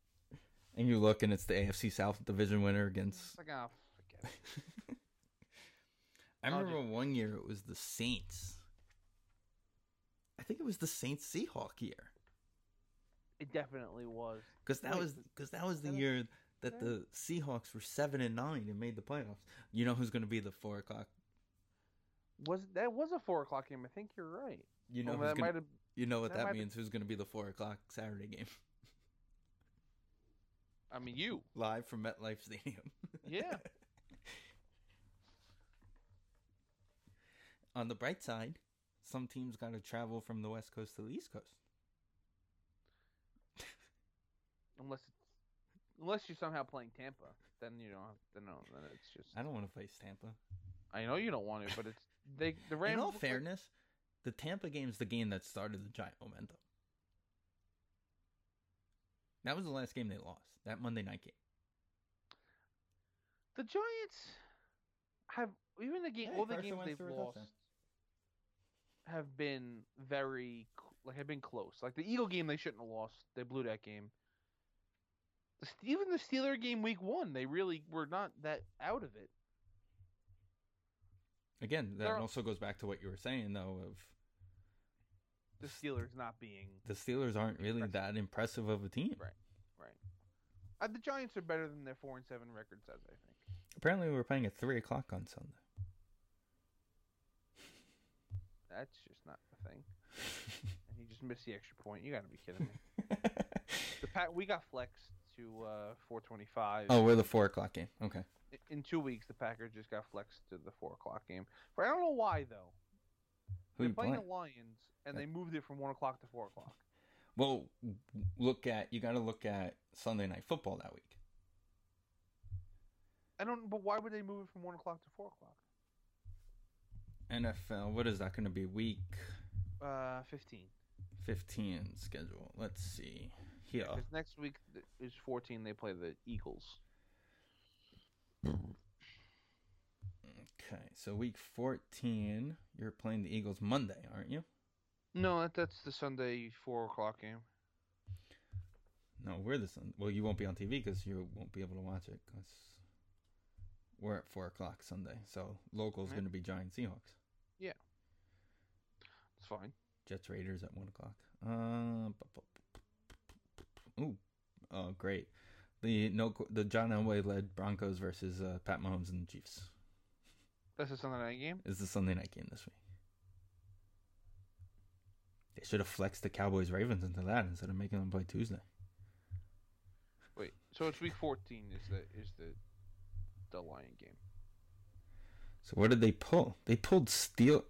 And you look, and it's the AFC South division winner against it's like ah, forget <laughs> it. I I'll remember one year it was the Saints. I think it was the Saints Seahawk year It definitely was. because that Wait, was because that was the that a- year that that- the Seahawks were seven and nine and made the playoffs. You know who's going to be the four o'clock? Was that was a four o'clock game? I think you're right. You know Oh, who's that gonna, might have. you know what that that, might be- means? Who's going to be the four o'clock Saturday game <laughs> I mean, you. live from MetLife Stadium? <laughs> Yeah. On the bright side, some teams got to travel from the West Coast to the East Coast. Unless it's, unless you're somehow playing Tampa, then you don't have to know. Then it's just. I don't want to face Tampa. I know you don't want it, but it's they the Rams. In all look like- fairness, the Tampa game's the game that started the giant momentum. That was the last game they lost. That Monday night game. the Giants have even the game Hey, all the Carson games Wentz they've threw a lost touchdown. have been very cl- like have been close. Like the Eagle game, they shouldn't have lost. They blew that game. The Ste- Even the Steeler game, week one, they really were not that out of it. Again, that They're- also goes back to what you were saying though of The Steelers not being the Steelers aren't really Impressive. that impressive of a team. Right. uh, the Giants are better than their four and seven record says. I think. Apparently, we were playing at three o'clock on Sunday. <laughs> That's just not <laughs> the thing. and you just missed the extra point. You got to be kidding me. The Pat we got flexed to uh, 425. oh, we're the four o'clock game. Okay. I- In two weeks, the Packers just got flexed to the four o'clock game. But I don't know why though. Who They're you playing playing? the Lions, and they moved it from one o'clock to four o'clock. Well, look at you got to look at Sunday night football that week. I don't. But why would they move it from one o'clock to four o'clock? NFL. What is that going to be? Week Uh, fifteen. 15 schedule. Let's see. Here. Because Uh. next week th- is fourteen. They play the Eagles. Okay. So week 14, you're playing the Eagles Monday, aren't you? No, that, that's the Sunday four o'clock game. No, we're the Sun. Well, you won't be on TV because you won't be able to watch it because we're at 4 o'clock Sunday. So local's Right. going to be Giant Seahawks. It's fine. Jets Raiders at 1 o'clock. Uh, bu- bu- bu- bu- bu- ooh. Oh, great. The no, the John Elway led Broncos versus uh, Pat Mahomes and the Chiefs That's the Sunday night game. is the Sunday night game this week. They should have flexed the Cowboys Ravens into that instead of making them play Tuesday. Wait, so it's week fourteen is the is the the Lion game. So what did they pull? They pulled Steel.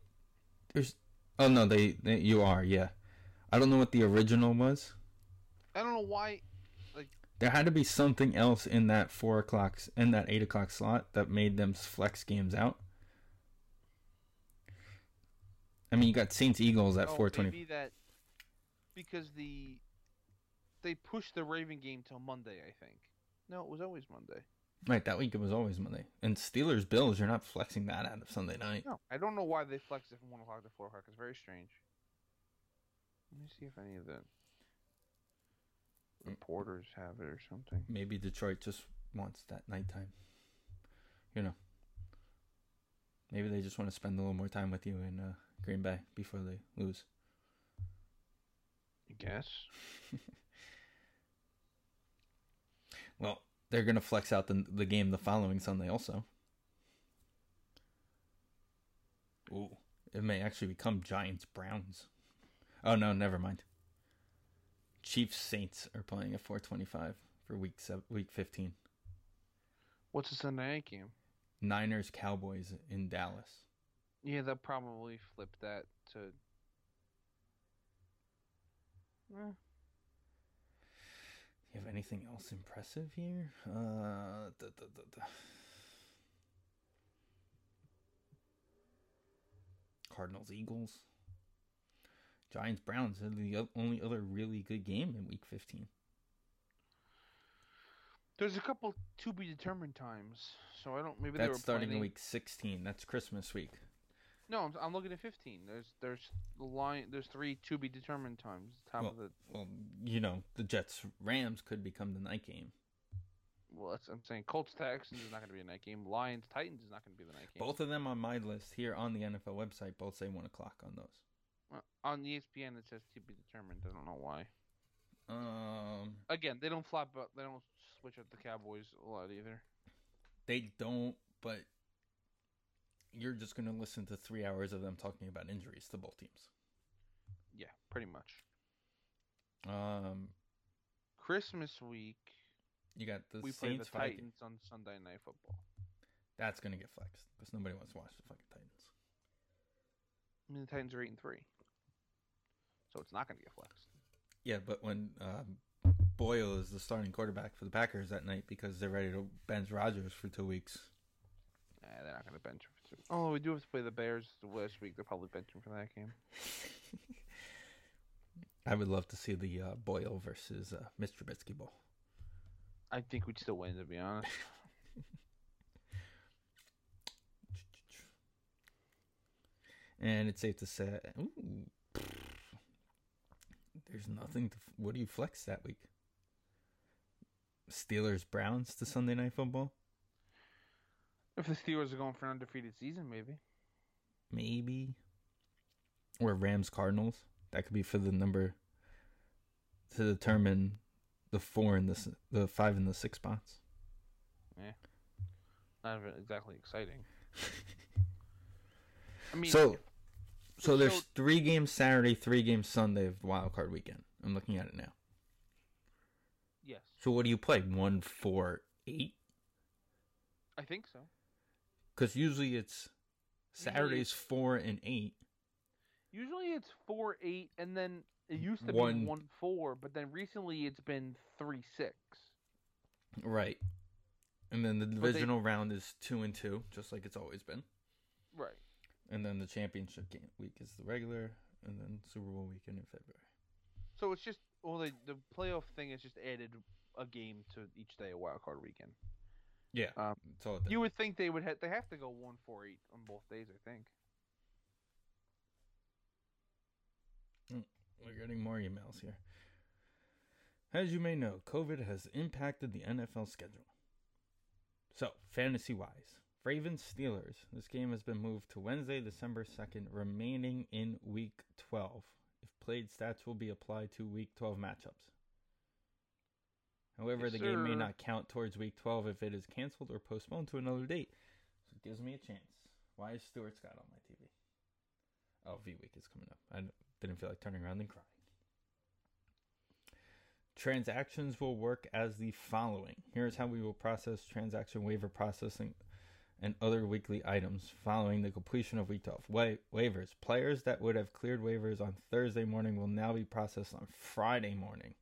There's. Oh no, they, they. You are. Yeah. I don't know what the original was. I don't know why There had to be something else in that four o'clock in that eight o'clock slot that made them flex games out. I mean, you got Saints Eagles at oh, 4:20. Maybe that because the they pushed the Raven game till Monday. I think. No, it was always Monday. Right, that week it was always Monday. And Steelers Bills, you're not flexing that out of Sunday night. No, I don't know why they flexed it from one o'clock to four o'clock. It's very strange. Let me see if any of the Mm. reporters have it or something. Maybe Detroit just wants that nighttime. You know. Maybe they just want to spend a little more time with you in uh, Green Bay before they lose. I guess. Well, they're gonna flex out the the game the following Sunday also. Ooh, it may actually become Giants Browns. Oh no, never mind. Chiefs Saints are playing at 4:25 for week seven, week 15. What's the Sunday night game? Niners Cowboys in Dallas. Yeah, they'll probably flip that to. Eh, You have anything else impressive here? Uh, duh, duh, duh, duh. Cardinals Eagles. Giants Browns are the o- only other really good game in Week 15. There's a couple to be determined times, so I don't. Maybe they were That's starting in planning- Week 16. That's Christmas week. No, I'm, I'm looking at 15. There's there's the line. There's three to be determined times. Top Well, of the well, you know the Jets Rams could become the night game. well, that's, I'm saying Colts Texans is not going to be a night game. Lions Titans is not going to be the night game. Both of them on my list here on the NFL website. Both say one o'clock on those. Uh, on ESPN it says to be determined. I don't know why. Um, Again, they don't flop. But they don't switch up the Cowboys a lot either. They don't, but you're just going to listen to three hours of them talking about injuries to both teams. Yeah, pretty much. Um, Christmas week you got the we play the Saints Vikings. Titans on Sunday Night Football. That's going to get flexed because nobody wants to watch the fucking Titans. I mean, the Titans are eight and three, so it's not going to get flexed. Yeah, but when um, Boyle is the starting quarterback for the Packers that night because they're ready to bench Rodgers for two weeks. Nah, they're not going to bench him. for two- Although we do have to play the Bears the last week. They're probably benching for that game. I would love to see the uh, Boyle versus uh, Mr. Trubisky Bowl. I think we'd still win, to be honest. And it's safe to say, ooh, there's nothing. To, what do you flex that week? Steelers Browns to Sunday Night Football, If the Steelers are going for an undefeated season, maybe. maybe, or Rams Cardinals. That could be for the number to determine the four and the s- the five and the six spots. Not even exactly exciting. I mean, So, so so- there's three games Saturday, three games Sunday of Wild Card Weekend. I'm looking at it now. yes, So what do you play? One, four, eight? I think so. Because usually it's Usually Saturdays it's- four and eight. Usually it's four eight, and then it used to One- be one four, but then recently it's been three six. Right. And then the they- divisional round is two and two, just like it's always been. Right. And then the championship game week is the regular, and then Super Bowl weekend in February. So it's just well, they, the playoff thing is just added a game to each day of wild card weekend. Yeah. Um, that's all it did. You would think they would ha- they have to go one four eight on both days. I think. We're getting more emails here. As you may know, COVID has impacted the NFL schedule. So, fantasy wise, Ravens Steelers. This game has been moved to Wednesday, December 2nd, remaining in week 12. If played, stats will be applied to week 12 matchups. However, Yes, the game may sir. not count towards week 12 if it is canceled or postponed to another date. So, it gives me a chance. Why is Stuart Scott on my TV? Oh, V Week is coming up. I d- didn't feel like turning around and crying. Transactions will work as the following. Here's how we will process transaction waiver processing and other weekly items following the completion of week 12. Wa- waivers. Players that would have cleared waivers on Thursday morning will now be processed on Friday morning.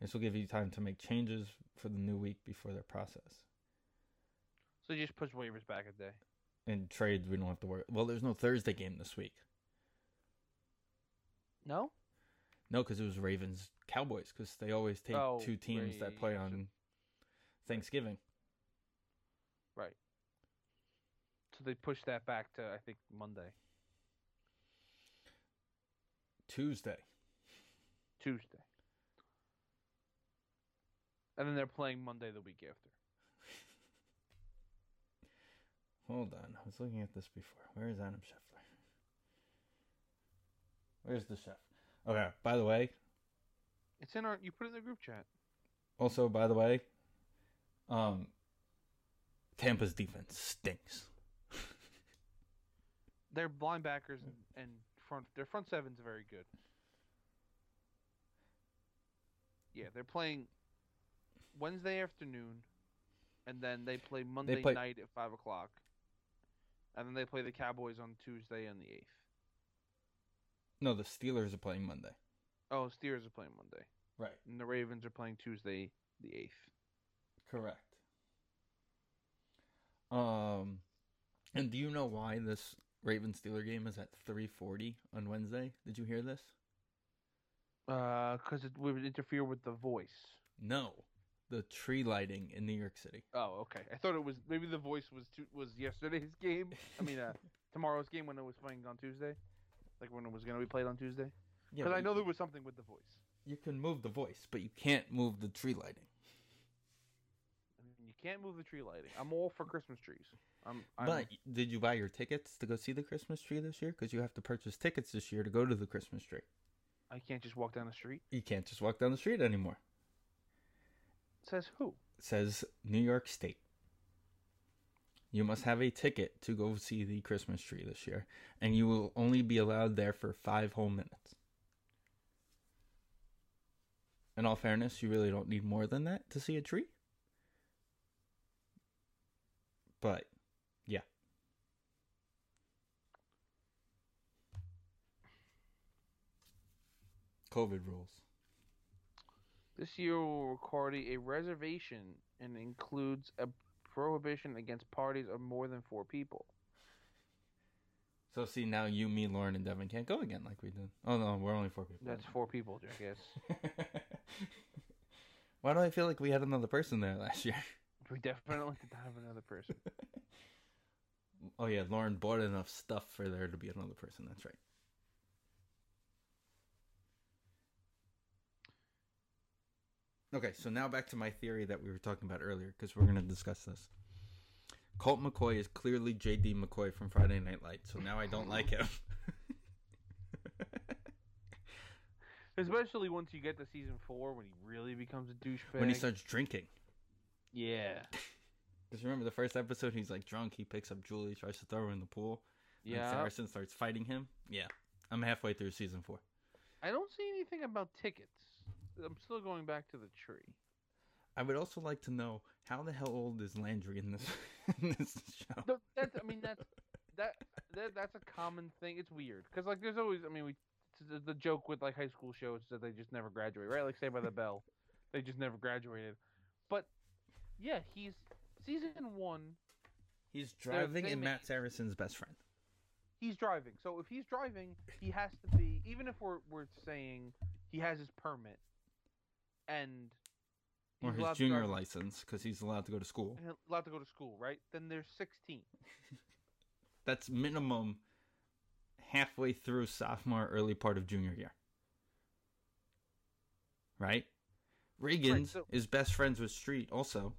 This will give you time to make changes for the new week before their process. So you just push waivers back a day. And trades, we don't have to worry. Well, there's no Thursday game this week. No? No, because it was Ravens Cowboys because they always take Oh, two teams that play Ravens. on Thanksgiving. Right. So they pushed that back to I think Monday, Tuesday. Tuesday. And then they're playing Monday the week after. Hold on. I was looking at this before. Where is Adam Scheffler? Where's the chef? Okay. By the way, It's in our you put it in the group chat. also by the way, um, Tampa's defense stinks. Their linebackers and, and front their front seven's very good. Yeah, they're playing Wednesday afternoon, and then they play Monday play- night at five o'clock, and then they play the Cowboys on Tuesday on the eighth. No, the Steelers are playing Monday. Oh, Steelers are playing Monday, Right. and the Ravens are playing Tuesday the eighth. Correct. Um, and do you know why this Raven Steeler game is at three forty on Wednesday? Did you hear this? Uh, because it would interfere with the voice. No, the tree lighting in New York City. Oh, okay. I thought it was maybe the voice was tu- was yesterday's <laughs> game. I mean, uh, tomorrow's game when it was playing on Tuesday, like when it was gonna be played on Tuesday. Yeah, Because but I you- know there was something with the voice. you can move the voice, but you can't move the tree lighting. I mean, you can't move the tree lighting. I'm all for Christmas trees. I'm. I'm But did you buy your tickets to go see the Christmas tree this year? Because you have to purchase tickets this year to go to the Christmas tree. I can't just walk down the street. You can't just walk down the street anymore. Says who? It says New York State. You must have a ticket to go see the Christmas tree this year, and you will only be allowed there for five whole minutes. In all fairness, you really don't need more than that to see a tree. But, yeah. COVID rules. This year will record a reservation and includes a prohibition against parties of more than four people. So see now you, me, Lauren, and Devin can't go again like we did. Oh no, we're only four people. That's four people, I guess. <laughs> Why do I feel like we had another person there last year? <laughs> We definitely <laughs> did not have another person. Oh yeah, Lauren bought enough stuff for there to be another person. That's right. Okay, so now back to my theory that we were talking about earlier because we're going to discuss this. Colt McCoy is clearly J.D. McCoy from Friday Night Lights, so now I don't like him. <laughs> Especially once you get to season four when he really becomes a douchebag. when he starts drinking. Yeah. Because remember the first episode, he's like drunk. He picks up Julie, tries to throw her in the pool. Yeah. And Yeah. Saracen starts fighting him. Yeah. I'm halfway through season four. I don't see anything about tickets. I'm still going back to the tree. I would also like to know how the hell old is Landry in this, <laughs> in this show? No, that's, I mean, that's that, that that's a common thing. It's weird because like there's always. I mean, we it's the- the joke with like high school shows is that they just never graduate, right? Like Saved by the Bell, they just never graduated. But yeah, he's season one. He's They're driving in famous. Matt Saracen's best friend. he's driving. So if he's driving, he has to be even if we're we're saying he has his permit and Or he's his allowed to junior drive- license because he's allowed to go to school. and allowed to go to school, right? Then there's 16. That's minimum halfway through sophomore, early part of junior year. Right? Reagan's so- is best friends with Street also,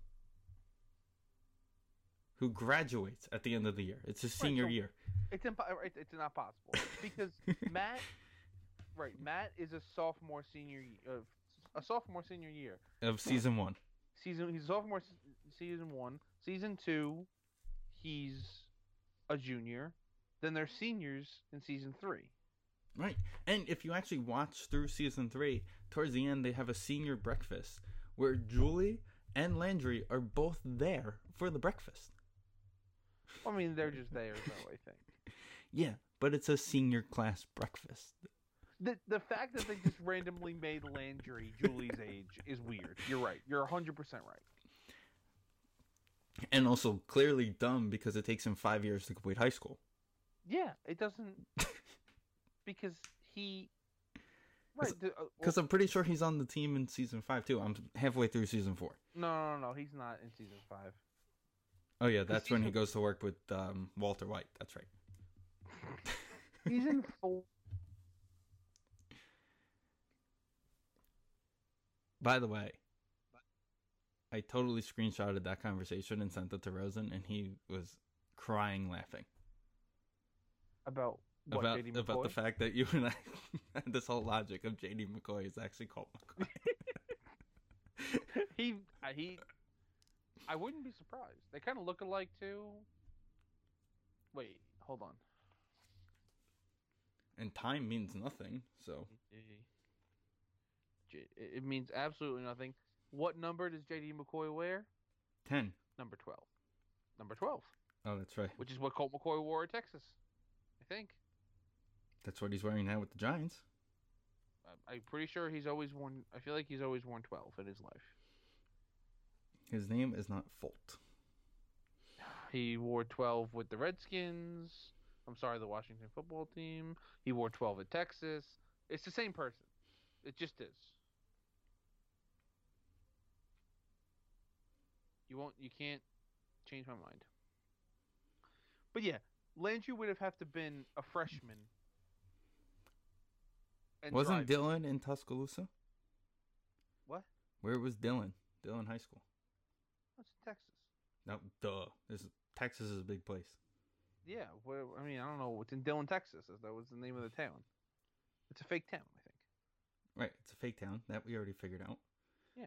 who graduates at the end of the year. It's his Right, senior so- year. It's impo- uh, it's, it's not possible <laughs> because Matt, right? Matt is a sophomore senior ye- uh, a sophomore senior year. of season one. Season he's a sophomore s- season one. Season two, he's a junior. Then there's seniors in season three. Right. And if you actually watch through season three, towards the end, they have a senior breakfast where Julie and Landry are both there for the breakfast. I mean, they're just there though. I think. Yeah, but it's a senior class breakfast. The the fact that they just randomly made Landry Julie's age is weird. You're right. You're 100% right. And also clearly dumb because it takes him five years <laughs> to complete high school. Yeah, it doesn't because he Right. d- uh, well, Because no, I'm pretty sure he's on the team in season five too. I'm halfway through season four. no, no, no, he's not in season five. Oh yeah, that's when he goes to work with um, Walter White. That's right. He's in four. By the way, I totally screenshotted that conversation and sent it to Rosen, and he was crying laughing About what? about JD about the McCoy? fact that you and I <laughs> had this whole logic of JD McCoy is actually Colt McCoy. <laughs> he uh, he. I wouldn't be surprised. They kind of look alike too. Wait, hold on. and time means nothing, so J- It it means absolutely nothing. What number does JD McCoy wear? ten. Number twelve. Number twelve, Oh, that's right. which is what Colt McCoy wore at Texas, I think. That's what he's wearing now with the Giants. I- I'm pretty sure he's always worn. I feel like he's always worn twelve in his life. His name is not Folt. He wore 12 with the Redskins. I'm sorry, the Washington football team. He wore 12 at Texas. It's the same person. It just is. You won't. You can't change my mind. But yeah, Landry would have have to been a freshman. and Wasn't drive. Dylan in Tuscaloosa? what? Where was Dylan? Dylan High School. That's Texas. No, duh. This is, Texas is a big place. Yeah. Where, I mean, I don't know. It's in Dillon, Texas. That was the name of the town. It's a fake town, I think. Right, it's a fake town that we already figured out. Yeah.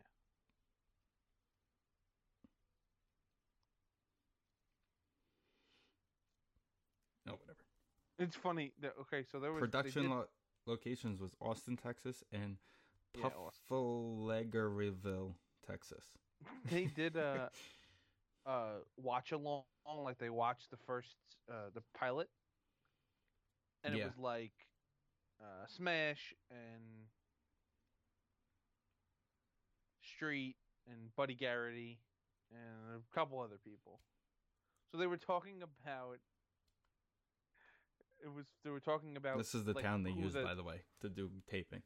Oh, whatever. It's funny that okay, so there was they Production did- lo- locations was Austin, Texas, and Yeah, Austin. Puffalegareville, Texas. they <laughs> did uh uh watch along like they watched the first uh the pilot, and Yeah. it was like uh Smash and Street and Buddy Garrity and a couple other people. So they were talking about it was they were talking about This is the like, town they who used, the- by the way, to do taping.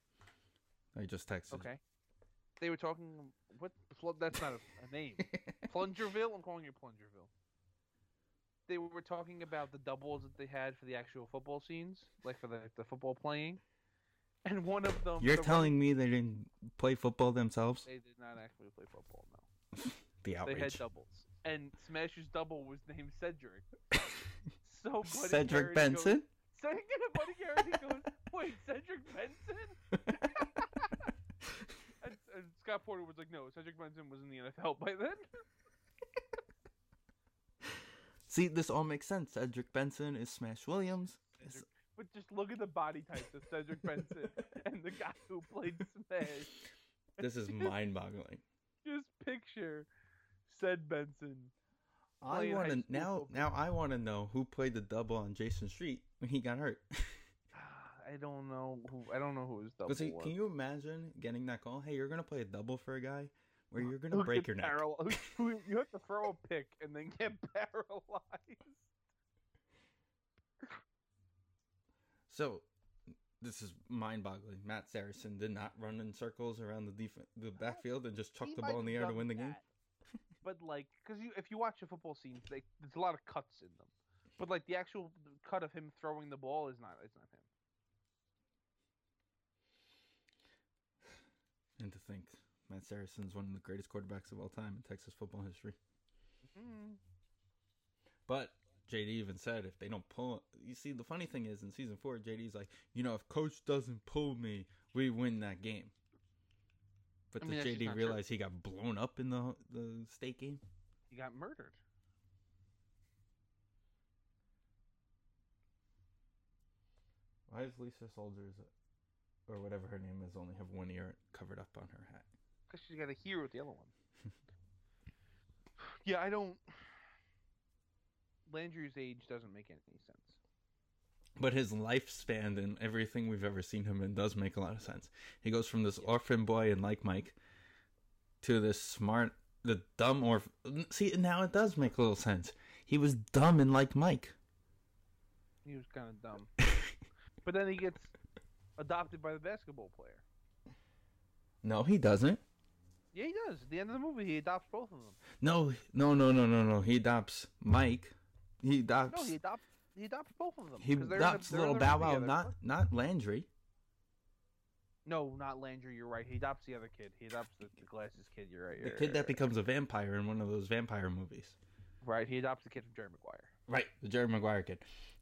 I just texted. Okay. They were talking. What? Fl- That's not a, <laughs> a name. Plungerville. I'm calling you Plungerville. They were talking about the doubles that they had for the actual football scenes, like for the, the football playing, and one of them. You're the one- telling me they didn't play football themselves? they did not actually play football. No, The they had outrage. <laughs> doubles, and Smash's double was named Cedric. So Buddy Cedric Garrity goes- <laughs> Benson. <laughs> Cedric Buddy Garrity goes, wait, Cedric Benson? And, and Scott Porter was like, no, Cedric Benson was in the NFL by then. See, this all makes sense. Cedric Benson is Smash Williams. It's- Cedric- But just look at the body types of <laughs> Cedric Benson and the guy who played Smash. This is <laughs> mind-boggling. Just picture said Benson. I Playing want high to school now. football. Now I want to know who played the double on Jason Street when he got hurt. <sighs> I don't know who I don't know who his double But see, was. can <laughs> you imagine getting that call? Hey, you're gonna play a double for a guy where you're Who gonna break get your neck. paral- who- who- you have to throw a pick and then get <laughs> paralyzed. So this is mind-boggling. Matt Saracen did not run in circles around the def- the backfield and just chuck He the might ball in the have air to done win the <laughs> game. that, but like, because you, if you watch the football scenes, they, there's a lot of cuts in them. But like the actual cut of him throwing the ball is not. It's not him. And to think, Matt Saracen's one of the greatest quarterbacks of all time in Texas football history. Mm. But JD even said if they don't pull, you see, the funny thing is in season four, JD's like, you know, if coach doesn't pull me, we win that game. But I mean, that's did just not JD true. realize he got blown up in the the state game? He got murdered. Why does Lisa Soldiers, or whatever her name is, only have one ear covered up on her hat? Because she's got a hero with the other one. <sighs> yeah, I don't. <sighs> Landry's age doesn't make any sense. But his lifespan and everything we've ever seen him in does make a lot of sense. He goes from this orphan boy in Like Mike to this smart, the dumb orphan. See, now it does make a little sense. He was dumb in Like Mike. <laughs> He was kind of dumb. but then he gets adopted by the basketball player. No, he doesn't. Yeah, he does. At the end of the movie, he adopts both of them. No, no, no, no, no, no. He adopts Mike. He adopts. No, he adopts. He adopts both of them. he 'cause they're in a- adopts they're in little a Bow room Wow, together. not not Landry. No, not Landry. You're right. He adopts the other kid. He adopts the, the glasses kid. You're right. The you're kid right, that becomes a vampire in one of those vampire movies. right. He adopts the kid from Jerry Maguire. Right, the Jerry Maguire kid.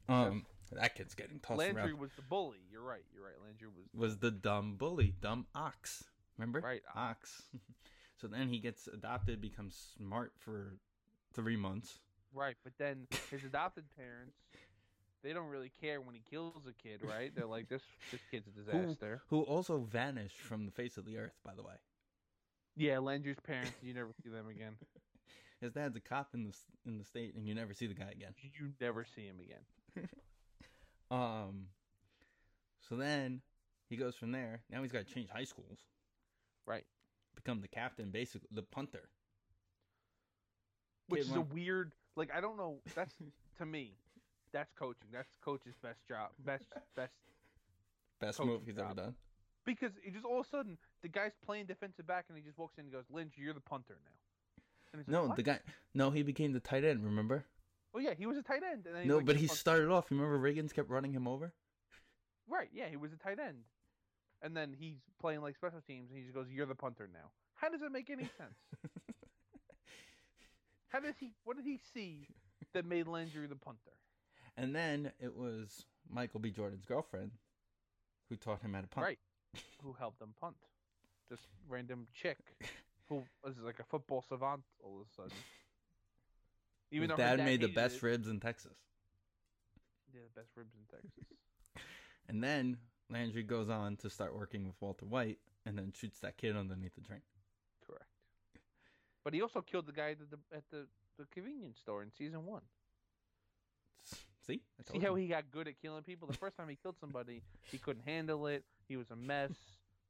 Um, that kid's getting tossed Landry around. was the bully. You're right. You're right. Landry was Was the dumb bully, dumb ox. Remember? Right, ox. <laughs> so then he gets adopted, becomes smart for three months. right, but <laughs> then his adopted parents, they don't really care when he kills a kid, right? They're like, this this kid's a disaster. Who also vanished from the face of the earth, by the way. Yeah, Landry's parents. You never see them again. His dad's a cop in the s- in the state, and you never see the guy again. You never see him again. Um, so then he goes from there. Now he's got to change high schools, Right. become the captain, basically the punter. Which Kid is a went- weird. Like I don't know. <laughs> That's to me. That's coaching. That's coach's best job. Best best Best Coaching move he's ever job. done. Because it just all of a sudden the guy's playing defensive back and he just walks in and goes, Lynch, you're the punter now. And it's like, No, "What?" the guy. No, he became the tight end. Remember? Oh yeah, he was a tight end. And then no, went but to he punt- started off. you Remember, Riggins kept running him over. <laughs> Right, yeah, he was a tight end. And then he's playing like special teams and he just goes, You're the punter now. How does that <laughs> make any sense? How does he what did he see that made Landry the punter? and then it was Michael B. Jordan's girlfriend who taught him how to punt. Right. Who helped him punt? This random chick who was like a football savant all of a sudden. Even her dad, made the hated best it. ribs in Texas. Yeah, the best ribs in Texas. And then Landry goes on to start working with Walter White, and then shoots that kid underneath the train. Correct. But he also killed the guy at the at the, the convenience store in season one. See, I See told how you. he got good at killing people? The first time he killed somebody, he couldn't handle it. He was a mess.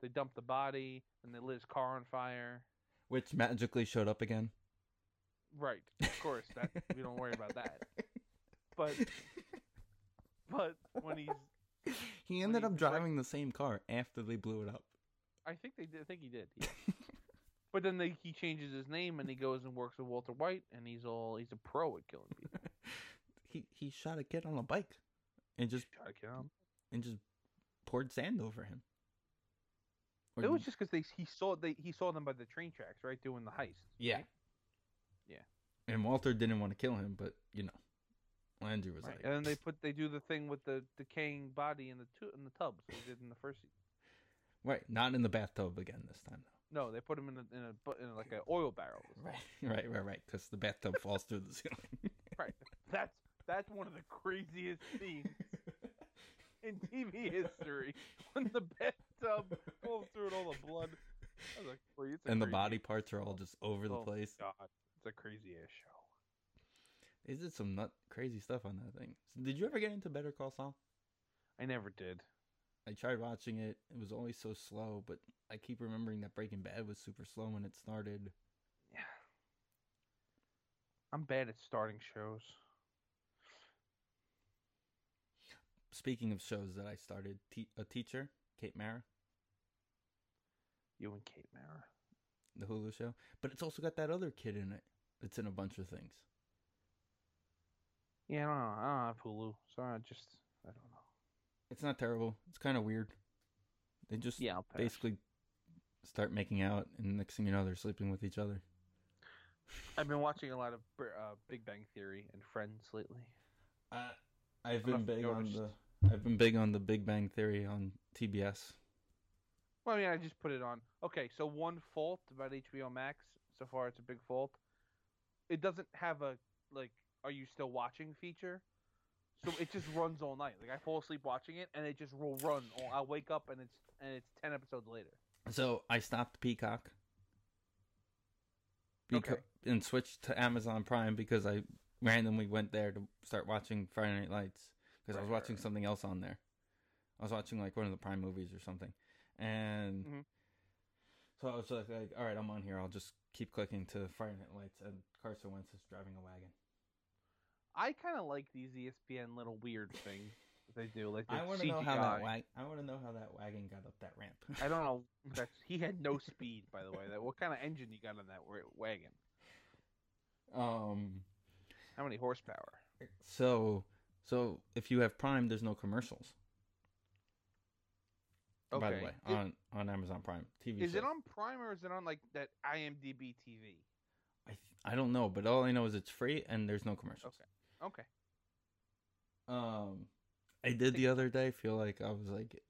They dumped the body and they lit his car on fire. which magically showed up again. Right. Of course, that we don't worry about <laughs> that. But but when he's he ended he up break- driving the same car after they blew it up. <laughs> I think they did I think he did. yeah. But then they, he changes his name and he goes and works with Walter White and he's all he's a pro at killing people. He he shot a kid on a bike, and just Try to kill him. and just poured sand over him. Or- It was just because they he saw they he saw them by the train tracks, right, doing the heist. yeah, Yeah. And Walter didn't want to kill him, but you know, Landry was Right. like, And then they put they do the thing with the decaying body in the tu- in the tubs they did in the first. se- right, not in the bathtub again this time. No, they put him in a in a bu- in a, <laughs> like an oil barrel. <laughs> Though. Right, right, right, right, because the bathtub falls through the ceiling. Right. That's that's one of the craziest <laughs> scenes in TV history <laughs> when the bathtub falls through and all the blood. I was like, "Boy, it's <laughs> a and the crazy- body parts are all just over the oh my place. God, it's a crazy ass show. They did some nut crazy stuff on that thing. So did you ever get into Better Call Saul? I never did. I tried watching it. It was always so slow, but I keep remembering that Breaking Bad was super slow when it started. Yeah. I'm bad at starting shows. Speaking of shows that I started, te- a teacher, Kate Mara, You and Kate Mara. the Hulu show, but it's also got that other kid in it. It's in a bunch of things. Yeah, I don't know. I don't have Hulu, so I just I don't know. It's not terrible. It's kind of weird. They just Yeah, I'll pass. basically start making out, and next thing you know, they're sleeping with each other. I've been watching a lot of Br- uh, Big Bang Theory and Friends lately. I, I've I don't been know if big you on the noticed. I've been big on the Big Bang Theory on TBS. Well, I mean, I just put it on. Okay, so one fault about HBO Max so far, it's a big fault. It doesn't have a like, are you still watching feature? So it just runs all night. Like I fall asleep watching it, and it just will run. All, I wake up and it's and it's ten episodes later. So I stopped Peacock Beca- Okay. and switched to Amazon Prime because I randomly went there to start watching Friday Night Lights because I was Right, right, watching right. something else on there. I was watching like one of the Prime movies or something, and Mhm. so I was like, like, "All right, I'm on here. I'll just keep clicking to Friday Night Lights." And Carson Wentz is driving a wagon. E I kind of like these ESPN little weird things. They do like I that want to know how CGI. that wag- I want to know how that wagon got up that ramp. I don't know. That's, he had no speed, by the way. That what kind of engine he got on that wa- wagon? <laughs> um. How many horsepower? So, so if you have Prime, there's no commercials. Okay. By the way, Is- on on Amazon Prime TV. is it shows. on Prime or is it on like that IMDb TV? I, th- I don't know, but all I know is it's free and there's no commercials. Okay. Um, I did the other day feel like I was like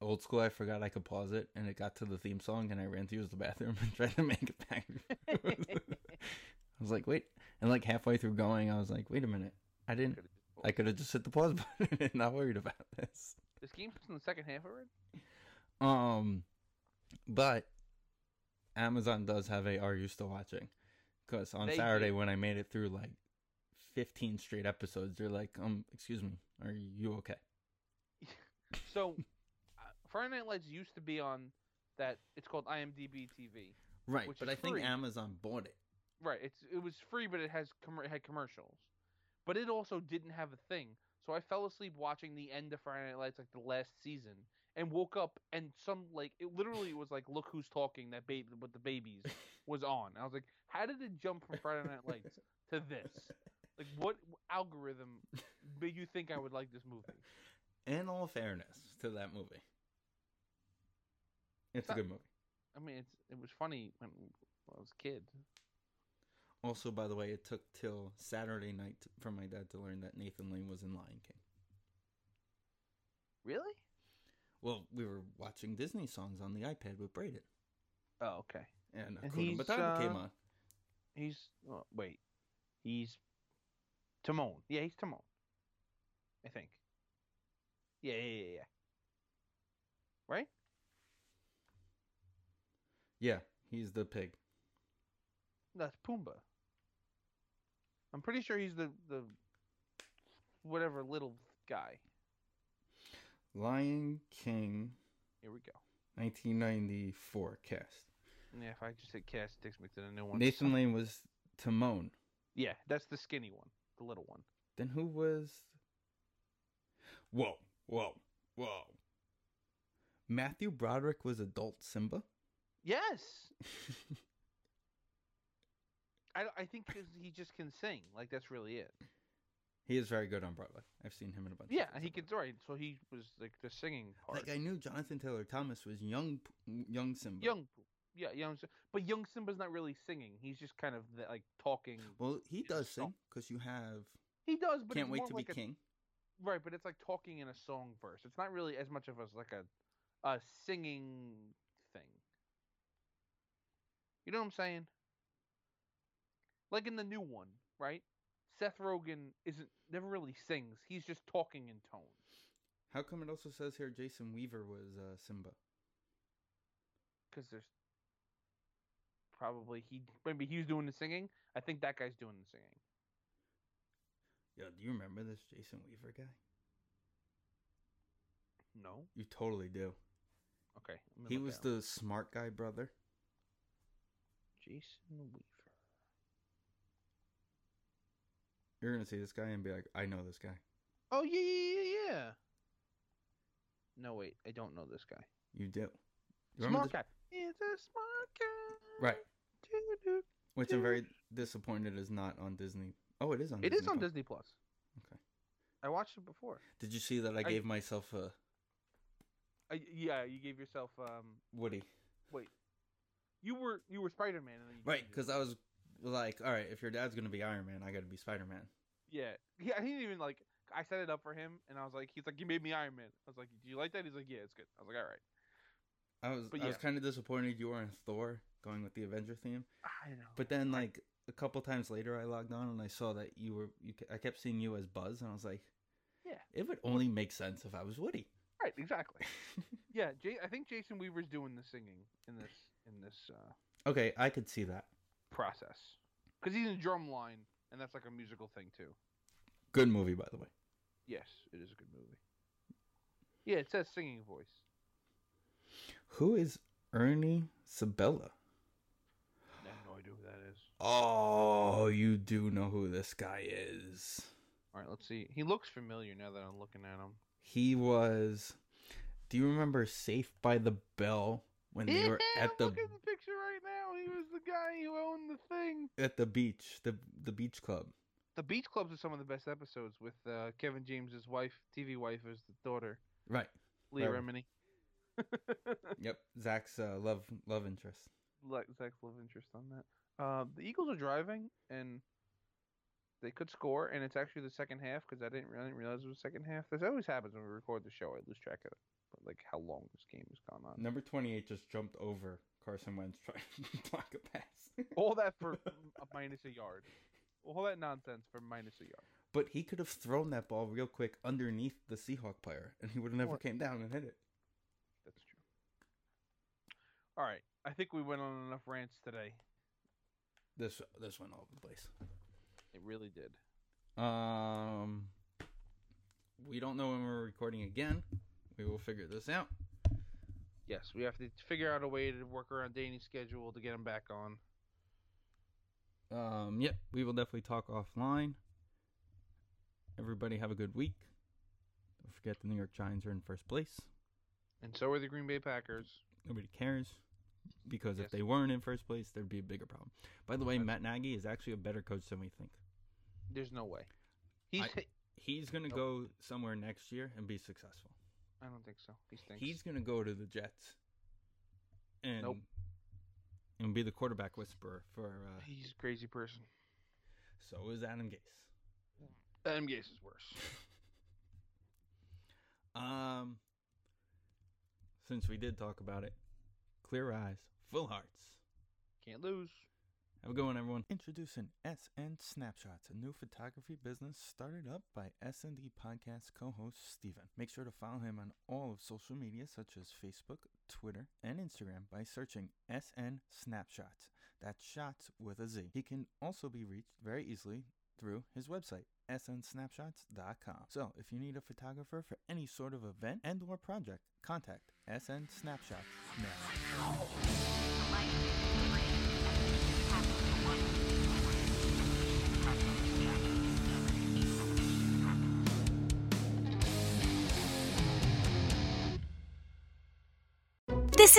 old school. I forgot I could pause it, and it got to the theme song, and I ran to use the bathroom and <laughs> tried to make it <laughs> back. I was like, wait, and like halfway through going, I was like, wait a minute, I didn't. Could've just- I could have just hit the pause <laughs> button and not worried about this. This game's in the second half already. Um, but Amazon does have a "Are you still watching?" Because on They Saturday do. when I made it through like fifteen straight episodes, they're like, "Um, excuse me, are you okay?" So, uh, Friday Night Lights used to be on that. It's called IMDb TV. Right, Which but is I think free. Amazon bought it. Right. It's it was free, but it has com- it had commercials. But it also didn't have a thing. So I fell asleep watching the end of Friday Night Lights, like the last season, and woke up and some like it literally was like Look Who's Talking that baby with the babies was on. I was like, how did it jump from Friday Night Lights to <laughs> this? Like, what algorithm made you think I would like this movie? In all fairness to that movie, it's a Not- good movie. I mean, it's it was funny when I was a kid. Also, by the way, it took till Saturday night for my dad to learn that Nathan Lane was in Lion King. Really? Well, we were watching Disney songs on the iPad with Braden, Oh, okay. and And Hakuna he's, Matata came uh, on. He's oh, wait. He's Timon. Yeah, he's Timon. I think. Yeah, yeah, yeah, yeah. Yeah, he's the pig. That's Pumbaa. I'm pretty sure he's the the whatever little guy. Lion King Here we go. 1994 cast. Yeah, if I just hit cast, it takes me to the new one. Nathan Lane was Timon. Yeah, that's the skinny one, the little one. Then who was. Whoa, whoa, whoa. Matthew Broderick was adult Simba? <laughs> Yes. I, I think 'cause he just can sing. Like that's really it. he is very good on Broadway. I've seen him in a bunch Yeah, of he things. could right. So he was like the singing part. Like, I knew Jonathan Taylor Thomas was young young Simba. Young, Pooh. yeah, young. Sim- But young Simba's not really singing. He's just kind of the, like talking. Well, he He's a does song- sing because you have He does, but Can't it's Wait more to like Be a, King. Right, but it's like talking in a song verse. It's not really as much of as like a, a singing thing. You know what I'm saying? Like in the new one, right? Seth Rogen isn't never really sings. He's just talking in tone. How come it also says here Jason Weaver was uh, Simba? because there's probably he maybe he's doing the singing. I think that guy's doing the singing. Yo, do you remember this Jason Weaver guy? No, You totally do. okay. let me He look was it up. the smart guy brother. Jason Weaver. You're gonna see this guy and be like, I know this guy. Oh yeah, yeah, yeah, yeah. No wait, I don't know this guy. You do. You remember Smart this- guy. He's a smart guy. Right. Doo-doo. Which I'm very disappointed is not on Disney. Oh, it is on. It Disney is on Plus. Disney Plus. Okay. I watched it before. Did you see that I I- gave myself a I, yeah, you gave yourself um. Woody? Wait, you were you were Spider Man and then you Right, changed it. because I was like, all right, if your dad's gonna be Iron Man, I gotta be Spider Man. Yeah. Yeah, he didn't even like I set it up for him and I was like he's like, You made me Iron Man. I was like, Do you like that? He's like, Yeah, it's good. I was like, All right. I was But I was yeah. kind of disappointed you weren't Thor going with the Avenger theme. I know. But then like a couple times later, I logged on and I saw that you were. You, ke- I kept seeing you as Buzz, and I was like, Yeah. it would only make sense if I was Woody. Right, exactly. yeah, Jay I think Jason Weaver's doing the singing in this in this <laughs> uh Okay, I could see that. process. Because he's in drumline and that's like a musical thing too. Good movie, by the way. Yes, it is a good movie. Yeah, it says singing voice. Who is Ernie Sabella? I have no idea who that is. Oh, you do know who this guy is. Alright, let's see. He looks familiar now that I'm looking at him. He was. Do you remember Safe by the Bell when they were Yeah, at the look at the picture right now. He was the guy who owned the thing. at the beach, the the beach club? The Beach Clubs are some of the best episodes with uh, Kevin James's wife, TV wife, as the daughter, Right. Leah Right. Remini. <laughs> <laughs> Yep. Zach's uh, love love interest. like Zach's love interest on that. Uh, the Eagles are driving and they could score, and it's actually the second half because I didn't, re- I didn't realize it was second half. This always happens when we record the show; I lose track of it, but like how long this game has gone <laughs> on. Number twenty eight just jumped over Carson Wentz trying <laughs> to block a pass. All that for m- a minus a yard. All that nonsense for minus a yard. But he could have thrown that ball real quick underneath the Seahawk player, and he would have never Or- came down and hit it. That's true. All right, I think we went on enough rants today. This this went all over the place. It really did. Um, we don't know when we're recording again. We will figure this out. Yes, we have to figure out a way to work around Danny's schedule to get him back on. Um, yep, we will definitely talk offline. Everybody have a good week. Don't forget the New York Giants are in first place. And so are the Green Bay Packers. Nobody cares because if Yes. they weren't in first place, there'd be a bigger problem. By the way, Matt Nagy is actually a better coach than we think. There's no way. He's. He's gonna Nope. go somewhere next year and be successful. I don't think so. He stinks. He's gonna go to the Jets and Nope. and be the quarterback whisperer for. Uh, He's a crazy person. so is Adam Gase. Adam Gase is worse. Um, since we did talk about it, clear eyes, full hearts. Can't lose. Have a good one, everyone. Introducing SN Snapshots, a new photography business started up by S&D podcast co-host Steven. Make sure to follow him on all of social media such as Facebook, Twitter, and Instagram by searching SN Snapshots. That's shots with a Z. He can also be reached very easily through his website snsnapshots.com. So, if you need a photographer for any sort of event and or project, contact SN Snapshots now. This